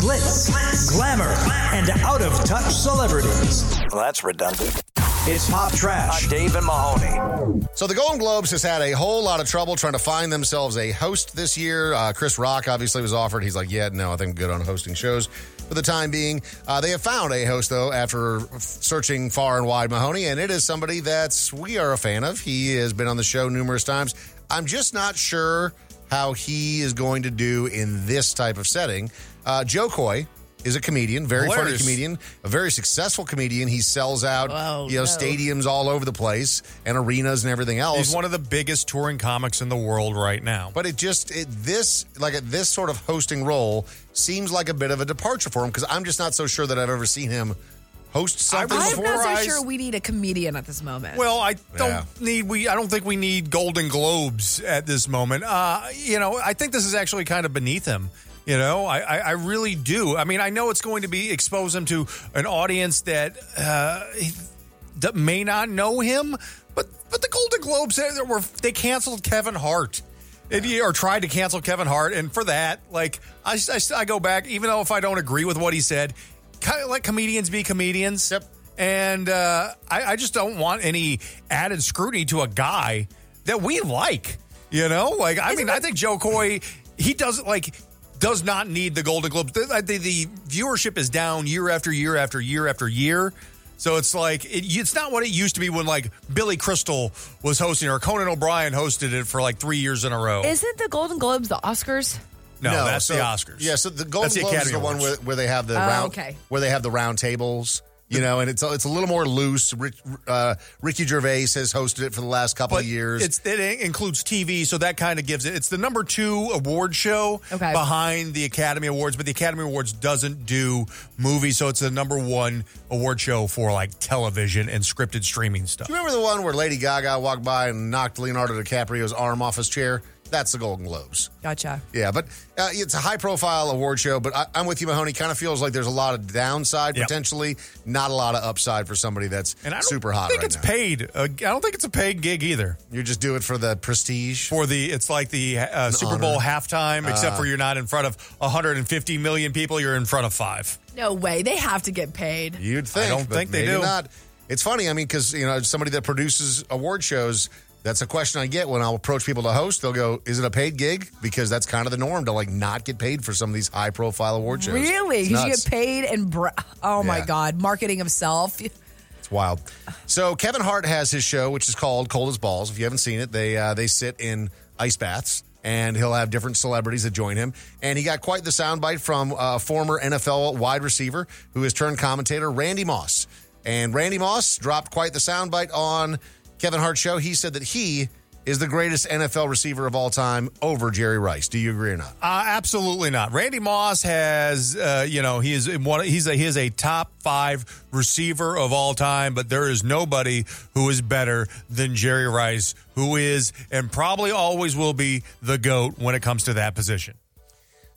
Glitz, glamour, and out of touch celebrities. Well, that's redundant. It's pop trash. on Dave and Mahoney. So the Golden Globes has had a whole lot of trouble trying to find themselves a host this year. Uh, Chris Rock obviously was offered. He's like, yeah, no, I think I'm good on hosting shows for the time being. Uh, they have found a host though after f- searching far and wide, Mahoney, and it is somebody that we are a fan of. He has been on the show numerous times. I'm just not sure how he is going to do in this type of setting. Uh, Joe Coy is a comedian, very Hilarious. funny comedian, a very successful comedian. He sells out, Oh, you know, no. stadiums all over the place and arenas and everything else. He's one of the biggest touring comics in the world right now. But it just it, this like at this sort of hosting role seems like a bit of a departure for him because I'm just not so sure that I've ever seen him host something I'm before. not so I- sure we need a comedian at this moment. Well, I don't Yeah. need we. I don't think we need Golden Globes at this moment. Uh, you know, I think this is actually kind of beneath him. You know, I, I, I really do. I mean, I know it's going to be expose him to an audience that uh, that may not know him, but but the Golden Globes they, they were they canceled Kevin Hart. It, or tried to cancel Kevin Hart, and for that, like I, I, I go back, even though if I don't agree with what he said, kind of let comedians be comedians. Yep. And uh, I, I just don't want any added scrutiny to a guy that we like. You know, like I mean, I think Joe Coy, he doesn't like does not need the Golden Globes. The, the, the viewership is down year after year after year after year. So it's like it, it's not what it used to be when like Billy Crystal was hosting or Conan O'Brien hosted it for like three years in a row. Isn't the Golden Globes the Oscars? No, that's so- the Oscars. Yeah, so the That's Golden the Globes is the Academy one where, Awards. where they have the Oh, round okay. where they have the round tables. You know, and it's a- it's a little more loose. Rich, uh, Ricky Gervais has hosted it for the last couple of years. It's, it in- includes TV, so that kind of gives it. It's the number two award show Okay. behind the Academy Awards, but the Academy Awards doesn't do movies, so it's the number one award show for like television and scripted streaming stuff. Do you remember the one where Lady Gaga walked by and knocked Leonardo DiCaprio's arm off his chair? That's the Golden Globes. Gotcha. Yeah, but uh, it's a high profile award show, but I, I'm with you, Mahoney. Kind of feels like there's a lot of downside Yep. potentially, not a lot of upside for somebody that's And I don't super hot think right it's now. paid. Uh, I don't think it's a paid gig either. you just do it for the prestige. For the it's like the uh, Super honor. Bowl halftime, Ah. except for you're not in front of 150 million people. You're in front of five. No way. They have to get paid. You'd think. don't but think they maybe do. Not. It's funny. I mean, because you know, as somebody that produces award shows. That's a question I get when I'll approach people to host. They'll go, "Is it a paid gig?" Because that's kind of the norm to like not get paid for some of these high profile award shows. Really? It's Because you nuts. get paid and br- oh my Yeah. god, marketing of self. It's wild. So Kevin Hart has his show, which is called Cold as Balls. If you haven't seen it, they uh, they sit in ice baths, and he'll have different celebrities that join him. And he got quite the soundbite from uh, former NFL wide receiver who has turned commentator Randy Moss. And Randy Moss dropped quite the soundbite on Kevin Hart's show. He said that he is the greatest NFL receiver of all time over Jerry Rice. Do you agree or not? Uh, absolutely not. Randy Moss has, uh, you know, he is in one. He's a he is a top five receiver of all time, but there is nobody who is better than Jerry Rice, who is and probably always will be the goat when it comes to that position.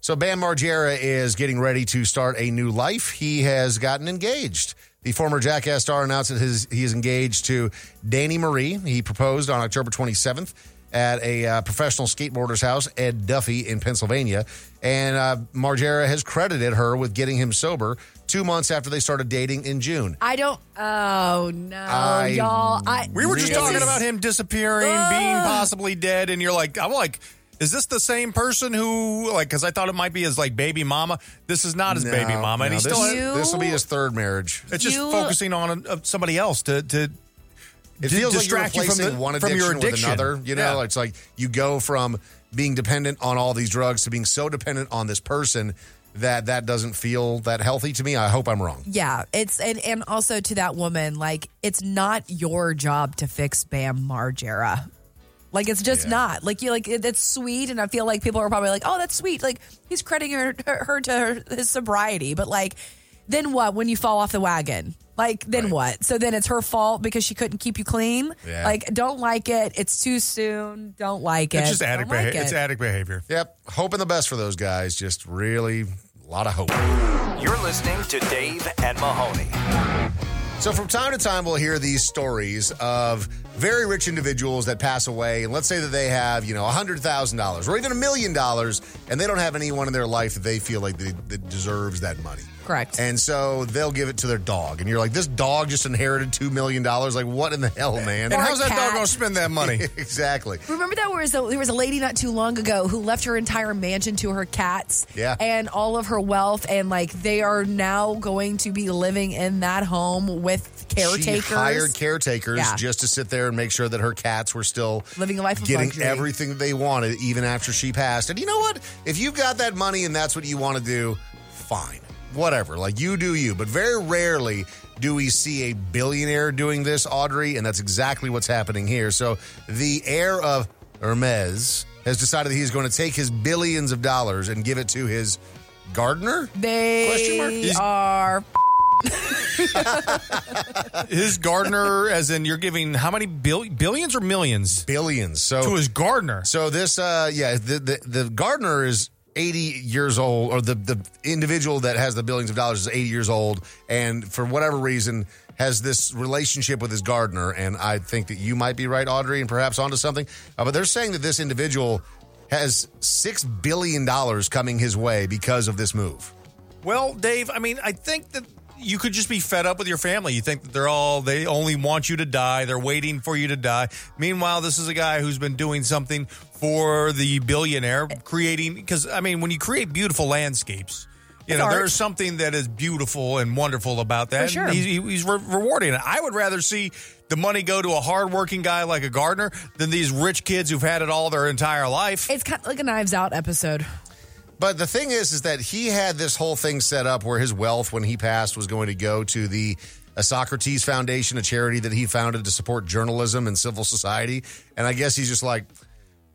So Bam Margera is getting ready to start a new life. He has gotten engaged. The former Jackass star announced that his, he is engaged to Danny Marie. He proposed on October 27th at a uh, professional skateboarder's house, Ed Duffy, in Pennsylvania. And uh, Margera has credited her with getting him sober two months after they started dating in June. I don't. Oh no, I y'all. I, We were just this talking is- about him disappearing, being Ugh. possibly dead, and you're like, I'm like, is this the same person who like? Because I thought it might be his like baby mama. This is not his No, baby mama, and no, he's this, still. You- This will be his third marriage. it's just you- focusing on uh, somebody else to to It Di- feels like you're distract you from replacing the- one from addiction, your addiction. with another. You know, Yeah. it's like you go from being dependent on all these drugs to being so dependent on this person that that doesn't feel that healthy to me. I hope I'm wrong. Yeah, it's and and also to that woman, like it's not your job to fix Bam Margera. Like it's just not like you like it, it's sweet, and I feel like people are probably like, "Oh, that's sweet." Like he's crediting her, her, her to her, his sobriety, but like, then what when you fall off the wagon? Like then what? So then it's her fault because she couldn't keep you clean. Yeah. Like don't like it. It's too soon. Don't like it. It's just addict Don't like behavior. it. It's addict behavior. Yep. Hoping the best for those guys. Just really a lot of hope. You're listening to Dave and Mahoney. So from time to time, we'll hear these stories of very rich individuals that pass away. And let's say that they have, you know, $100,000 or even a million dollars, and they don't have anyone in their life that they feel like they, that deserves that money. Correct. And so they'll give it to their dog. And you're like, this dog just inherited $2 million. Like, what in the hell, man? And Or how's that cat. dog gonna spend that money? exactly. Remember that was a, there was a lady not too long ago who left her entire mansion to her cats, Yeah. and all of her wealth, and like they are now going to be living in that home with caretakers. She hired caretakers Yeah. just to sit there and make sure that her cats were still Living a life of getting luxury. everything that they wanted, even after she passed. And you know what? If you've got that money and that's what you want to do, fine, whatever. Like you do you. But very rarely do we see a billionaire doing this, Audrey, and that's exactly what's happening here. So the heir of Hermes has decided that he's going to take his billions of dollars and give it to his gardener. Question mark? They He's- are His gardener, as in you're giving how many bill- billions or millions? Billions. So to his gardener. So this, uh, yeah, the, the the gardener is eighty years old, or the the individual that has the billions of dollars is eighty years old, and for whatever reason has this relationship with his gardener. And I think that you might be right, Audrey, and perhaps onto something. Uh, but they're saying that this individual has six billion dollars coming his way because of this move. Well, Dave, I mean, I think that you could just be fed up with your family. You think that they're all, they only want you to die. They're waiting for you to die. Meanwhile, this is a guy who's been doing something for the billionaire, Eh. creating, because, I mean, when you create beautiful landscapes, you It's know, art. there's something that is beautiful and wonderful about that. For sure. And He's, he's re- rewarding it. I would rather see the money go to a hardworking guy like a gardener than these rich kids who've had it all their entire life. It's kind of like a Knives Out episode. But the thing is, is that he had this whole thing set up where his wealth, when he passed, was going to go to the uh, Socrates Foundation, a charity that he founded to support journalism and civil society. And I guess he's just like,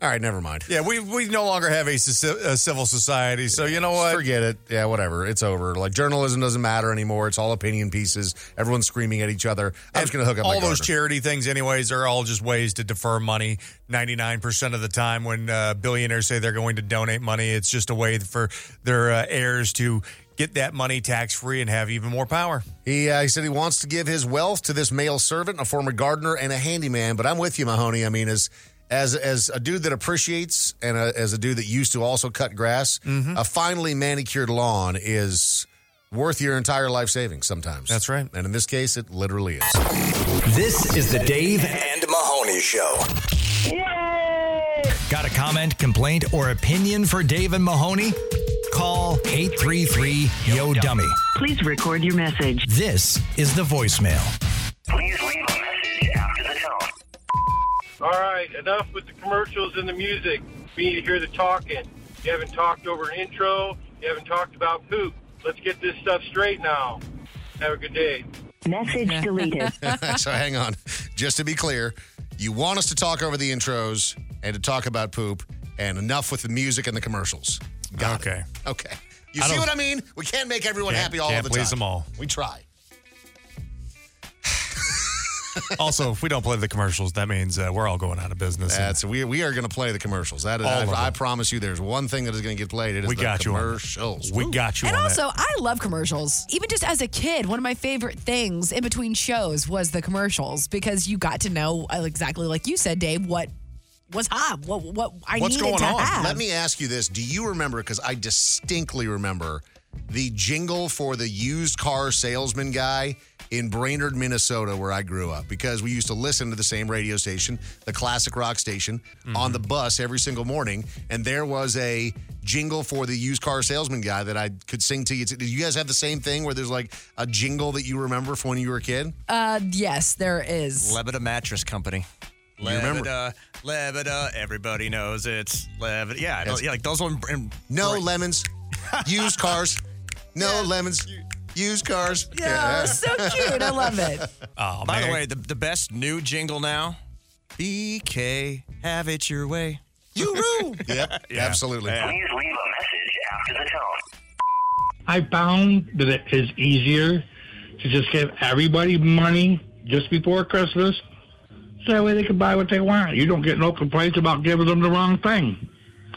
all right, never mind. Yeah, we we no longer have a, ci- a civil society, so you know what? Forget it. Yeah, whatever. It's over. Like journalism doesn't matter anymore. It's all opinion pieces. Everyone's screaming at each other. I'm just going to hook up all my those gardener. charity things, anyways, are all just ways to defer money. Ninety nine percent of the time, when uh, billionaires say they're going to donate money, it's just a way for their uh, heirs to get that money tax free and have even more power. He, uh, he said he wants to give his wealth to this male servant, a former gardener, and a handyman. But I'm with you, Mahoney. I mean, as as as a dude that appreciates and a, as a dude that used to also cut grass, a finely manicured lawn is worth your entire life savings sometimes. That's right. And in this case, it literally is. This is the Dave and Mahoney Show. Got a comment, complaint, or opinion for Dave and Mahoney? Call 833 Yo Dummy. Please record your message. This is the voicemail. All right, enough with the commercials and the music. We need to hear the talking. You haven't talked over an intro. You haven't talked about poop. Let's get this stuff straight now. Have a good day. Message deleted. so hang on. Just to be clear, you want us to talk over the intros and to talk about poop, and enough with the music and the commercials. Got okay. It. Okay. You I see don't- what I mean? We can't make everyone Can't- happy all can't the time. please them all. We try. also, if we don't play the commercials, that means uh, we're all going out of business. That's we we are going to play the commercials. That is, All I, of I them. promise you, there's one thing that is going to get played. It is We the got you on that. commercials. We got you And on that. also, I love commercials. Even just as a kid, one of my favorite things in between shows was the commercials because you got to know uh, exactly, like you said, Dave, what was hot, what what I What's needed going to on? have. Let me ask you this: Do you remember? Because I distinctly remember the jingle for the used car salesman guy in Brainerd, Minnesota, where I grew up. Because we used to listen to the same radio station, the classic rock station, on the bus every single morning, and there was a jingle for the used car salesman guy that I could sing to you. Did you guys have the same thing where there's like a jingle that you remember from when you were a kid? Uh, yes, there is. Levita Mattress Company. You remember- Levita, Levita, everybody knows it's Levita. Yeah, I Yes. don't- yeah, like those one. and- No lemons. Used cars. No lemons. Used cars. Yeah, it was so cute. I love it. Oh, By the way, the, the best new jingle now BK, have it your way. You rule. yep, absolutely. Yeah. Please leave a message after the tone. I found that it is easier to just give everybody money just before Christmas so that way they can buy what they want. You don't get no complaints about giving them the wrong thing.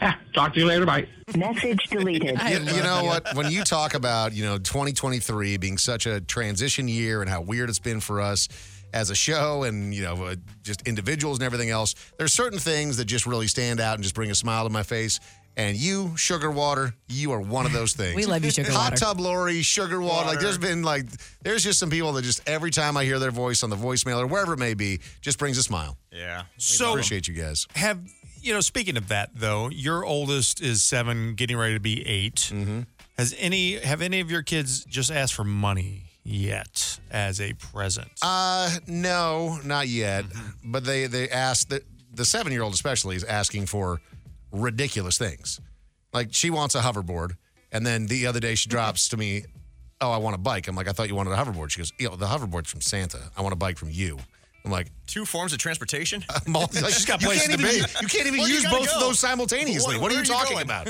Ah, talk to you later. Bye. Message deleted. You, you know what? When you talk about you know 2023 being such a transition year and how weird it's been for us as a show and you know uh, just individuals and everything else, there's certain things that just really stand out and just bring a smile to my face. And you, Sugar Water, you are one of those things. We love you, Sugar Hot Water. Tub Lori, Sugar Water. Like there's been like there's just some people that just every time I hear their voice on the voicemail or wherever it may be, just brings a smile. Yeah. So- appreciate you guys. Have you know? Speaking of that, though, your oldest is seven, getting ready to be 8 Mm-hmm. Has any have any of your kids just asked for money yet as a present? Uh, no, not yet. Mm-hmm. But they they asked the the seven year old especially is asking for ridiculous things. Like she wants a hoverboard, and then the other day she Mm-hmm. drops to me, "Oh, I want a bike." I'm like, "I thought you wanted a hoverboard." She goes, "Yo, the hoverboard's from Santa. I want a bike from you." I'm like, Two forms of transportation? Mul- like, She's got you places can't to even, be. You can't even Where you use gotta both of go? those simultaneously. Wh- what are where you talking going? about?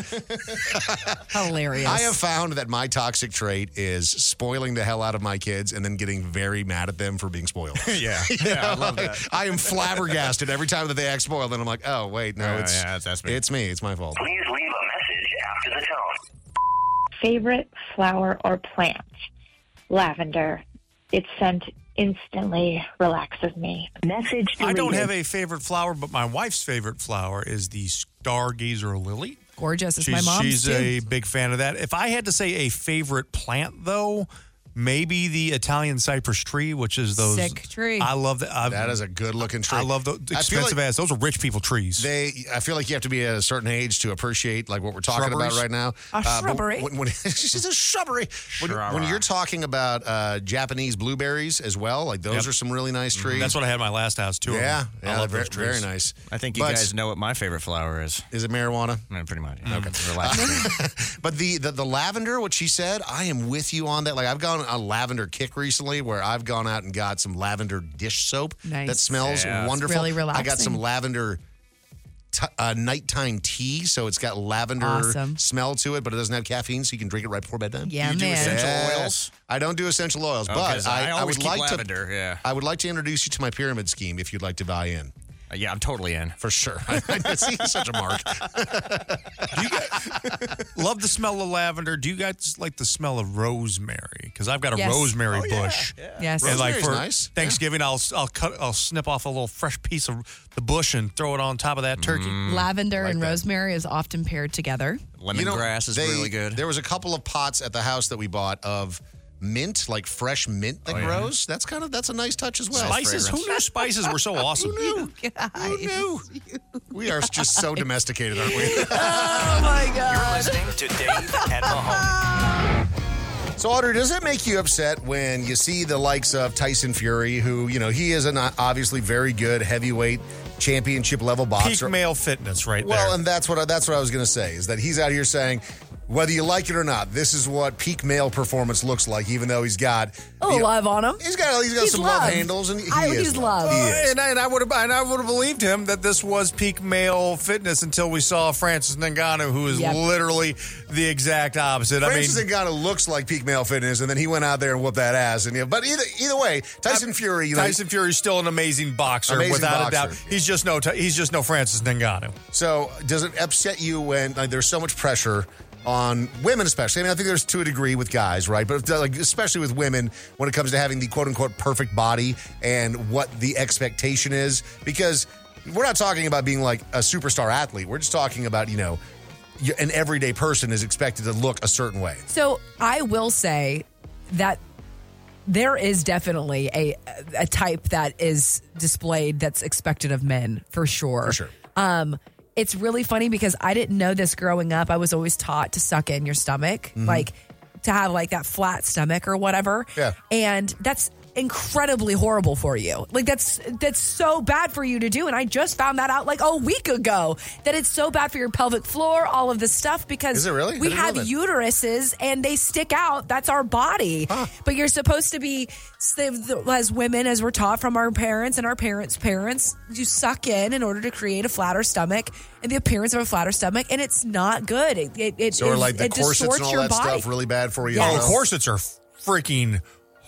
Hilarious. I have found that my toxic trait is spoiling the hell out of my kids and then getting very mad at them for being spoiled. yeah. You Yeah, I know, love like, that. I am flabbergasted every time that they act spoiled, and I'm like, oh wait, no, Oh, it's yeah, that's- that's me. it's me, it's my fault. Please leave a message after the tone. favorite flower or plant? Lavender. Its scent instantly relaxes me. Message I don't have a favorite flower, but my wife's favorite flower is the stargazer lily. Gorgeous. It's my She's- mom's She's too. a big fan of that. If I had to say a favorite plant, though, maybe the Italian cypress tree, which is those Sick tree. I love that. I've- That is a good looking tree. I love the the I feel expensive like- ass. Those are rich people trees. They, I feel like you have to be at a certain age to appreciate like what we're talking Shrubberies? about right now. Uh, A but shrubbery. When, when, she's a shrubbery. When, when Shrubbery. you're talking about uh, Japanese blueberries as well, like those Yep. Mm-hmm. are some really nice trees. That's what I had at my last house too. Yeah, yeah, I love they're those very, trees. very nice. I think you But- guys know what my favorite flower is. Is it marijuana? Mm. I mean, pretty much. Okay. Relax. But the, the the lavender, what she said, I am with you on that. Like I've gone on a lavender kick recently, where I've gone out and got some lavender dish soap Nice. that smells Yeah. It's wonderful. really I got relaxing. some lavender t- uh, nighttime tea, so it's got lavender Awesome. smell to it, but it doesn't have caffeine, so you can drink it right before bedtime. Yeah, you do man. essential Yes. oils? I don't do essential oils, Oh, 'cause but I, I I, always would keep like lavender, to. yeah. I would like to introduce you to my pyramid scheme if you'd like to buy in. Uh, yeah, I'm totally in. For sure. I see such a mark. Love the smell of lavender. Do you guys like the smell of rosemary? Because I've got a Yes. rosemary Oh, bush. Yes. And like Rosemary's for nice. Yeah. Thanksgiving, I'll I'll cut I'll snip off a little fresh piece of the bush and throw it on top of that turkey. Mm. Lavender and rosemary is often paired together. Lemongrass You know, is they- really good. There was a couple of pots at the house that we bought of mint, like fresh mint that Oh, yeah. grows. That's kind of that's a nice touch as well. Spices? Who knew spices were so awesome? Who knew? We are just so domesticated, aren't we? Oh my You're God. listening to Dave and Mahoney. so, Audrey, does it make you upset when you see the likes of Tyson Fury, who you know he is an uh, obviously very good heavyweight championship level Peak boxer? male fitness, right Well, there. and that's what I, that's what I was going to say is that he's out here saying. Whether you like it or not, this is what peak male performance looks like. Even though he's got A little you know, love on him. He's got he's got Oh, He's some love. love. handles and he I- is Oh, he's love. He Uh, is. and, I, and I would have and I would have believed him that this was peak male fitness until we saw Francis Ngannou, who is Yep. literally the exact opposite. Francis I mean, Ngannou looks like peak male fitness, and then he went out there and whooped that ass. And yeah, but either either way, Tyson Fury, you know, Tyson Fury's still an amazing boxer, Amazing without a doubt. boxer. He's just no Ty- he's just no Francis Ngannou. So does it upset you when like, there's so much pressure on women, especially? I mean, I think there's to a degree with guys, right? But uh, like, especially with women, when it comes to having the quote unquote perfect body and what the expectation is, because we're not talking about being like a superstar athlete. We're just talking about you know, y- an everyday person is expected to look a certain way. So I will say that there is definitely a a type that is displayed that's expected of men for sure. For sure. Um, it's really funny because I didn't know this growing up. I was always taught to suck Mm-hmm. in your stomach, like to have like that flat stomach or whatever. Yeah. And that's incredibly horrible for you. Like that's that's so bad for you to do. And I just found that out like a week ago that it's so bad for your pelvic floor, all of this stuff because Is it really? I we didn't know have that. uteruses and they stick out. That's our body. But you're supposed to be as women as we're taught from our parents and our parents' parents, you suck in in order to create a flatter stomach and the appearance of a flatter stomach and it's not good. It it, it So are is- like the it corsets distorts and all your that body. stuff really bad for you? Yeah. as Oh, well? corsets are freaking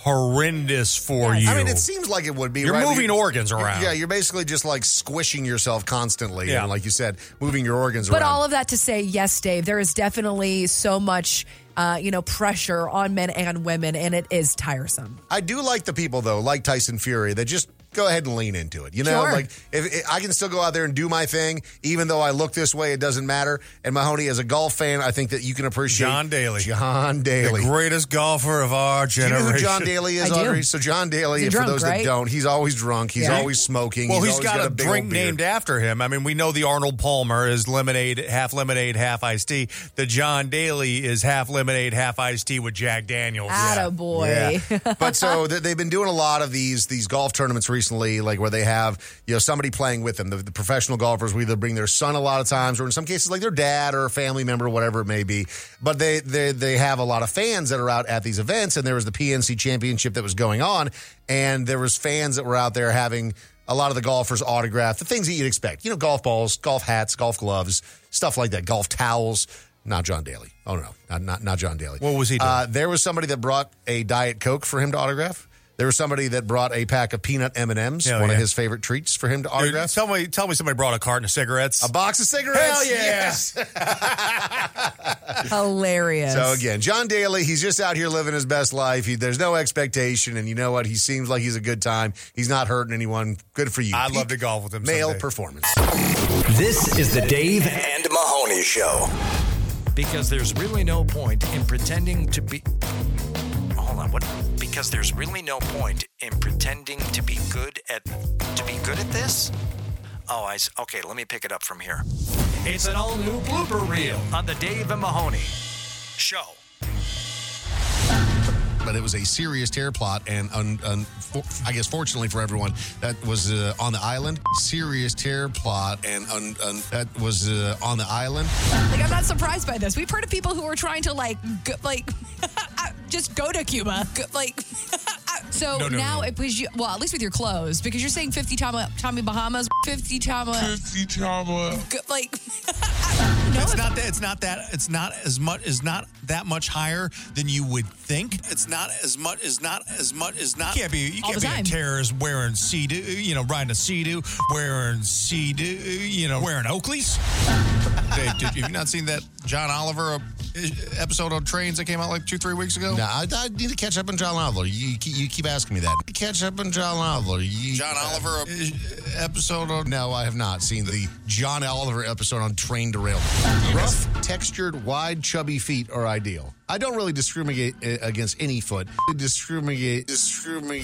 horrendous for you. I mean, it seems like it would be. You're right? moving You're- organs around. Yeah, you're basically just like squishing yourself constantly, Yeah. and like you said, moving your organs But around. all of that to say, yes, Dave, there is definitely so much, uh, you know, pressure on men and women, and it is tiresome. I do like the people though, like Tyson Fury, that just go ahead and lean into it. You know, Sure. like if, if I can still go out there and do my thing, even though I look this way, it doesn't matter. And Mahoney, as a golf fan, I think that you can appreciate John Daly. John Daly. The greatest golfer of our Do you generation. know who John Daly is, I do. Audrey? So John Daly, He's a for drunk, those right? that don't, he's always drunk. He's Yeah. always smoking. Well, he's always got, a big drink old beard. named after him. I mean, we know the Arnold Palmer is lemonade, half lemonade, half iced tea. The John Daly is half lemonade, half iced tea with Jack Daniels. Attaboy. Yeah. but so th- they've been doing a lot of these these golf tournaments recently, like where they have you know somebody playing with them. The, the professional golfers we either bring their son a lot of times, or in some cases like their dad or a family member, whatever it may be. But they they they have a lot of fans that are out at these events, and there was the PNC Championship that was going on, and there was fans that were out there having. A lot of the golfers autograph the things that you'd expect, you know, golf balls, golf hats, golf gloves, stuff like that, golf towels. Not John Daly. Oh no, not not, not John Daly. What was he doing? Uh, there was somebody that brought a diet coke for him to autograph. There was somebody that brought a pack of peanut M and M's, Hell one of yeah. his favorite treats, for him to Dude, autograph. tell me, tell me, somebody brought a carton of cigarettes. A box of cigarettes. Hell yeah. Yes. Hilarious. So again, John Daly, he's just out here living his best life. He, there's no expectation, and you know what? He seems like he's a good time. He's not hurting anyone. Good for you. I'd Peak love to golf with him. Male someday. performance. This is the Dave and Mahoney Show. Because there's really no point in pretending to be. Hold on, what? Because there's really no point in pretending to be good at to be good at this. Oh, I s- okay. Let me pick it up from here. It's an all new blooper reel on the Dave and Mahoney Show. but it was a serious terror plot, and un, un, for, I guess fortunately for everyone, that was uh, on the island. Serious terror plot, and un, un, that was uh, on the island. Like, I'm not surprised by this. We've heard of people who are trying to, like, go, like, uh, just go to Cuba. Go, like, uh, so No, no, now no. it was, you, well, at least with your clothes, because you're saying 50 Tommy, Tommy Bahamas, 50 Tommy, go, like, it's not that. It's not that. It's not as much. Is not that much higher than you would think. It's not as much. Is not as much. Is not. You can't be. You All can't the be a time. terrorist wearing sea doo. You know, riding a sea doo, wearing sea doo. You know, wearing Oakleys. Dave, did you have you not seen that John Oliver uh, episode on trains that came out like two, three weeks ago? No, I, I need to catch up on John Oliver. You, ke- you keep asking me that. Catch up on John Oliver. You, John Oliver uh, episode on. No, I have not seen the John Oliver episode on train derailment. Rough, textured, wide, chubby feet are ideal. I don't really discriminate uh, against any foot. Discriminate. Discriminate.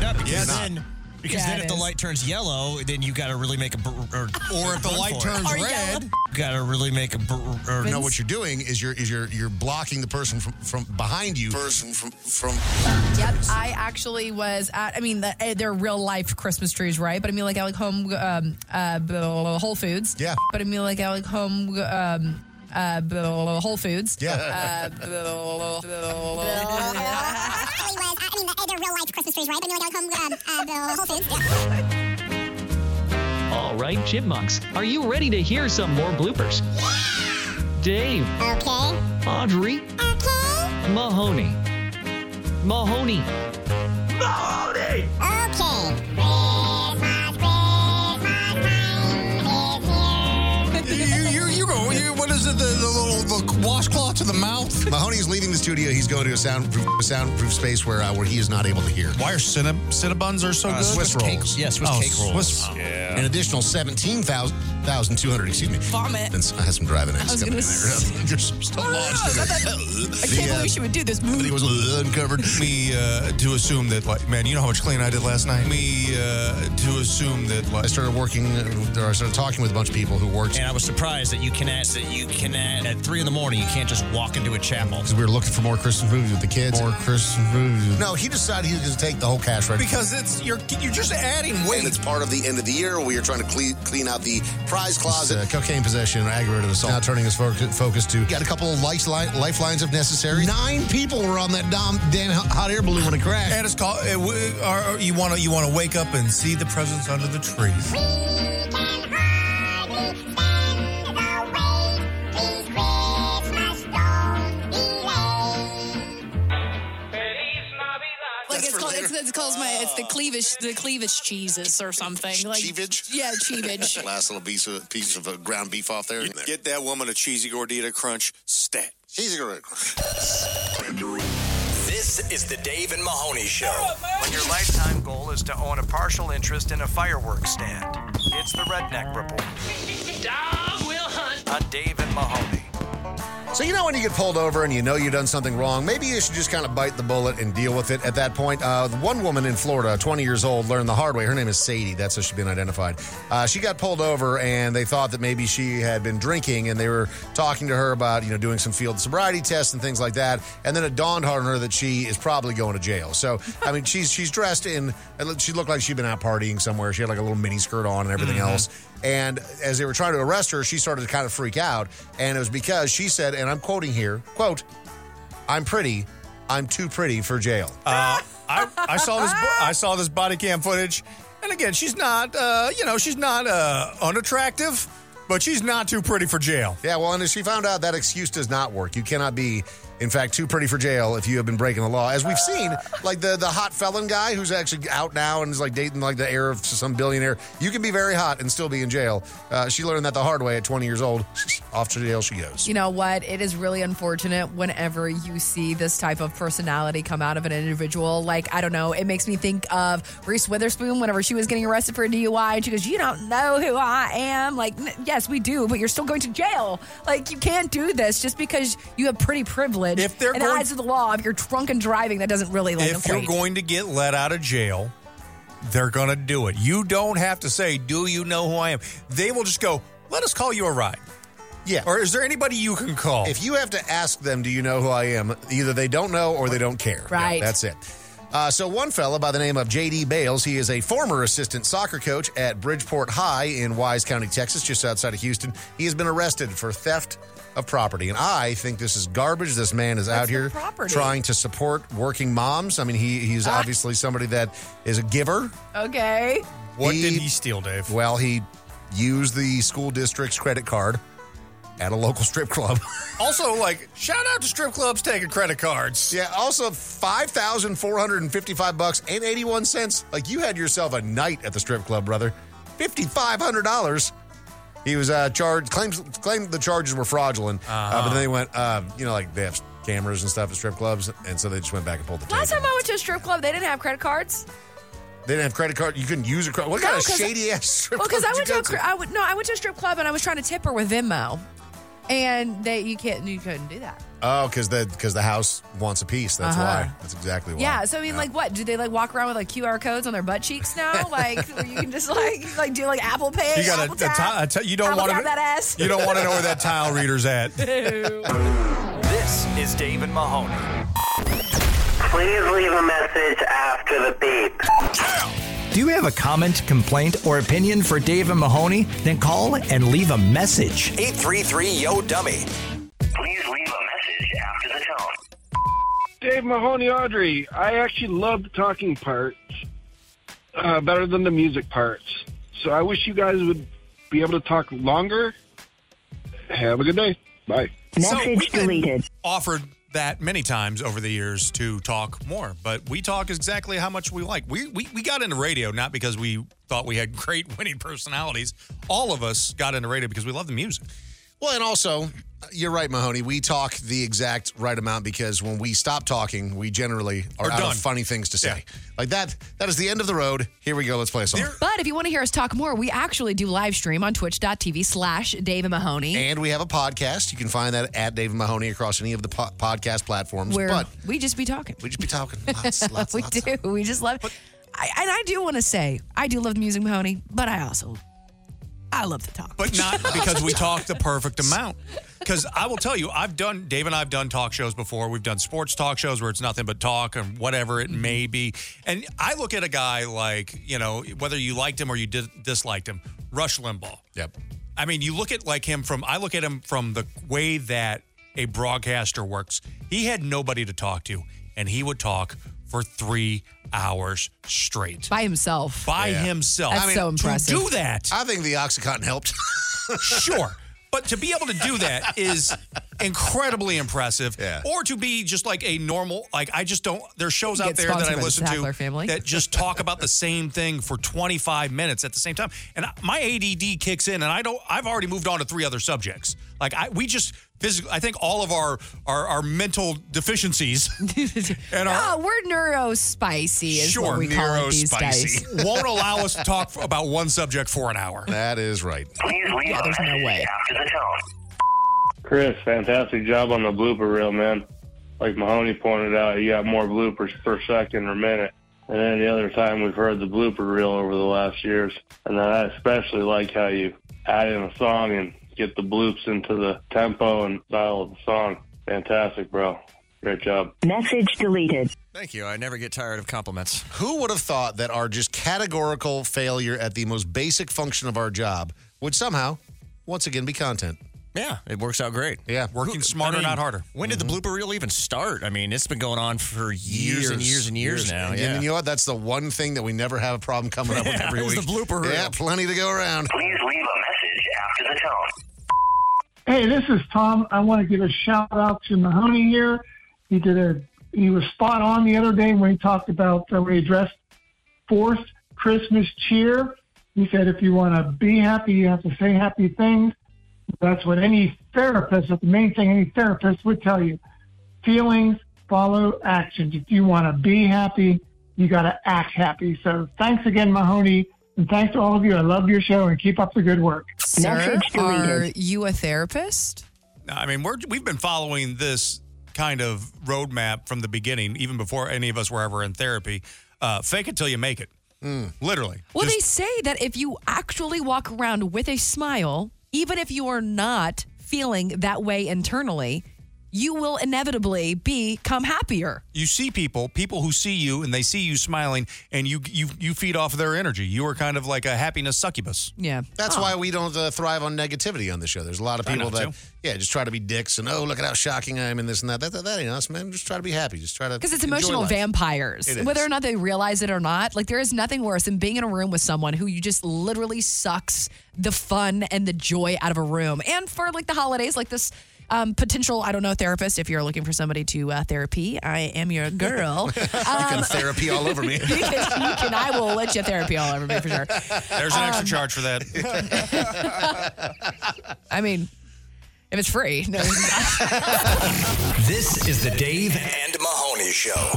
No, because It's not. then. Because Yeah, then, it if the is. light turns yellow, then you got to really make a br- or, or if the light turns Or red- got to really make a br- or No, what you're doing is you're is you're you're blocking the person from from behind you. Person from from. Yep, I actually was at. I mean, the, eh, they're real life Christmas trees, right? But I mean, like I like home um, uh, blah, blah, blah, Whole Foods. Yeah. But I mean, like I like home um, uh, blah, blah, blah, Whole Foods. Yeah. Uh, blah, blah, blah, blah, blah. I mean, they're real life Christmas trees, right? But no, like home, um, uh, the Whole Foods. Yeah. All right, chipmunks, are you ready to hear some more bloopers? Dave. Okay. Audrey. Okay. Mahoney. Mahoney. Mahoney! Okay. you, you, you go. You, what is it? The, the little the washcloth to the mouth. Mahoney's leaving the studio. He's going to a soundproof a soundproof space where uh, where he is not able to hear. Why are cinnamon cinnabuns are so Uh, good? Swiss rolls. Yes, Oh, Swiss- An additional 17,200, excuse me. Vomit. And I had some driving I was eggs gonna Ah. coming in there. You're still lost. I thought- I can't believe she would do this. Everything was uncovered. Me uh, to assume that, like, man, you know how much cleaning I did last night. Me uh, to assume that, like, I started working, uh, or I started talking with a bunch of people who worked. And I was surprised that you can ask that you can add at three in the morning. You can't just walk into a chapel. Because we were looking for more Christmas movies with the kids. More Christmas movies. No, he decided he was going to take the whole cash register. Because it's you're you're just adding weight. And it's part of the end of the year. We are trying to clean, clean out the prize It's, closet. uh, cocaine possession or aggravated assault. Now turning his fo- focus to got a couple of life, li- lifelines if necessary. Nine people were on that dom- damn ho- hot air balloon when it crashed. And it's called. It, w- or or you want to you want to wake up and see the presents under the trees. Like it's called, it's, it's called my it's the cleavage the cleavage cheeses or something like Cleavage? yeah cheevage Last little piece of, piece of uh, ground beef off there. Get that woman a cheesy gordita crunch stat. Cheesy gordita. This is the Dave and Mahoney Show. When your lifetime goal is to own a partial interest in a fireworks stand, it's the Redneck Report Dog will hunt. on Dave and Mahoney. So you know when you get pulled over and you know you've done something wrong, maybe you should just kind of bite the bullet and deal with it at that point. Uh, one woman in Florida, 20 years old, learned the hard way. Her name is Sadie. That's how she's been identified. Uh, she got pulled over and they thought that maybe she had been drinking and they were talking to her about, you know, doing some field sobriety tests and things like that. And then it dawned on her that she is probably going to jail. So, I mean, she's she's dressed in, she looked like she'd been out partying somewhere. She had like a little mini skirt on and everything Mhm. else. And as they were trying to arrest her, she started to kind of freak out. And it was because she said, and I'm quoting here, quote, I'm pretty. I'm too pretty for jail. Uh, I, I saw this. bo- I saw this body cam footage, and again, she's not. Uh, you know, she's not uh, unattractive, but she's not too pretty for jail. Yeah, well, and she found out that excuse does not work. You cannot be, in fact, too pretty for jail if you have been breaking the law. As we've seen, like the, the hot felon guy who's actually out now and is like dating like the heir of some billionaire, you can be very hot and still be in jail. Uh, she learned that the hard way at 20 years old. Off to jail she goes. You know what? It is really unfortunate whenever you see this type of personality come out of an individual. Like, I don't know, it makes me think of Reese Witherspoon whenever she was getting arrested for a DUI and she goes, You don't know who I am. Like, "N- yes, we do, but you're still going to jail. Like, you can't do this just because you have pretty privilege. If they're in the going- eyes of the law, if you're drunk and driving, that doesn't really like if you're going to get let out of jail, they're going to do it. You don't have to say, "Do you know who I am?" They will just go, "Let us call you a ride." Yeah. Or is there anybody you can call? If you have to ask them, do you know who I am? Either they don't know or they don't care. Right. Yeah, that's it. Uh, so one fella by the name of J.D. Bales, he is a former assistant soccer coach at Bridgeport High in Wise County, Texas, just outside of Houston. He has been arrested for theft of property, and I think this is garbage. This man is out here property? Ah. trying to support working moms. I mean, he he's obviously somebody that is a giver. Okay. What did he steal, Dave? Well, he used the school district's credit card at a local strip club. Also, like, shout out to strip clubs taking credit cards. Yeah. Also, five thousand four hundred and fifty-five bucks and eighty-one cents. Like you had yourself a night at the strip club, brother. Fifty-five hundred dollars. He was uh, charged. Claims claimed the charges were fraudulent, uh Uh-huh. but then they went. Uh, you know, like they have cameras and stuff at strip clubs, and so they just went back and pulled the. tape. Last time I went to a strip club, they didn't have credit cards. They didn't have credit card. You couldn't use a credit. What No, kind of 'cause- shady ass strip Well, club? because I went did you to go a, cr- I went no, I went to a strip club and I was trying to tip her with Venmo, and they you can't you couldn't do that. Oh, because the because the house wants a piece. That's Uh-huh. why. That's exactly why. Yeah, so I mean, like, what do they like walk around with like QR codes on their butt cheeks now? Like, where you can just like like do like Apple Pay. You uh, got Apple a, a uh, ti- a ti- you don't Apple want tap that ass. You don't want to know where that tile reader's at. This is Dave and Mahoney. Please leave a message after the beep. Do you have a comment, complaint, or opinion for Dave and Mahoney? Then call and leave a message. 833 Yo Dummy. Please leave a message after the tone. Dave Mahoney Audrey. I actually love the talking parts uh, better than the music parts. So I wish you guys would be able to talk longer. Have a good day. Bye. Message deleted. Offered that many times over the years to talk more, but we talk exactly how much we like. We, we we got into radio not because we thought we had great winning personalities. All of us got into radio because we love the music. Well, and also, you're right, Mahoney. We talk the exact right amount because when we stop talking, we generally are Are out done. of funny things to say. Like that. That is the end of the road. Here we go. Let's play a song. But if you want to hear us talk more, we actually do live stream on twitch.tv slash Dave and Mahoney. and we have a podcast. You can find that at David Mahoney across any of the po- podcast platforms. where But we just be talking. we just be talking. Lots, lots, we lots. do. We just love. I, and I do want to say, I do love the music, Mahoney, but I also, I love to talk. But not because we talk the perfect amount. Because I will tell you, I've done, Dave and I have done talk shows before. We've done sports talk shows where it's nothing but talk and whatever it may be. And I look at a guy like, you know, whether you liked him or you dis- disliked him, Rush Limbaugh. Yep. I mean, you look at like him from, I look at him from the way that a broadcaster works. He had nobody to talk to, and he would talk for three hours straight. by himself. By himself. That's so impressive. To do that. I think the Oxycontin helped. sure. But to be able to do that is incredibly impressive. Or to be just like a normal, like I just don't, there's shows You out get there that sponsored I by the listen Sackler to family. that just talk about the same thing for 25 minutes at the same time. And I- my ADD kicks in and I don't, I've already moved on to three other subjects. Like I, we just physically, I think all of our, our, our mental deficiencies and our, Oh, we're neurospicy is what we call it these days. won't allow us to talk about one subject for an hour. That is right. yeah, there's no way. Chris, fantastic job on the blooper reel, man. Like Mahoney pointed out, you got more bloopers per second or minute than any other time we've heard the blooper reel over the last years. And I especially like how you add in a song and get the bloops into the tempo and style of the song. Fantastic, bro. Great job. Message deleted. Thank you. I never get tired of compliments. Who would have thought that our just categorical failure at the most basic function of our job would somehow, once again, be content? Yeah, it works out great. Yeah. Who- Working I mean, When Mm-hmm. did the blooper reel even start? I mean, it's been going on for years, and years and years, now. And, yeah. and you know what? That's the one thing that we never have a problem coming up with Yeah, every it's week. the blooper reel. Yeah, plenty to go around. Please leave a message after the tone. Hey, this is Tom. I want to give a shout out to Mahoney here. He did a he was spot on the other day when he talked about uh, when he addressed fourth Christmas cheer. He said if you want to be happy, you have to say happy things. That's what any therapist, that's the main thing any therapist would tell you. Feelings follow actions. If you want to be happy, you got to act happy. So thanks again, Mahoney, and thanks to all of you. I love your show and keep up the good work. Sir, are you a therapist? I mean, we're, we've been following this kind of roadmap from the beginning, even before any of us were ever in therapy. Uh, fake it till you make it. Hmm. Literally. Well, they say that if you actually walk around with a smile, even if you are not feeling that way internally, you will inevitably become happier. You see people, people who see you, and they see you smiling, and you you you feed off their energy. You are kind of like a happiness succubus. Yeah. That's why we don't uh, thrive on negativity on the show. There's a lot of I people know, that, too. yeah, just try to be dicks and, oh, look at how shocking I am and this and that. That, that, that ain't us, man. Just try to be happy. Just try to. Because it's enjoy emotional life. vampires, It is. whether or not they realize it or not. Like, there is nothing worse than being in a room with someone who you just literally sucks the fun and the joy out of a room. And for like the holidays, like this um, potential, I don't know, therapist, if you're looking for somebody to uh, therapy, I am your girl. Um, you can therapy all over me. you, can, you can, I will let you therapy all over me for sure. There's an extra Um, charge for that. I mean, if it's free, no, This is the Dave and Mahoney Show.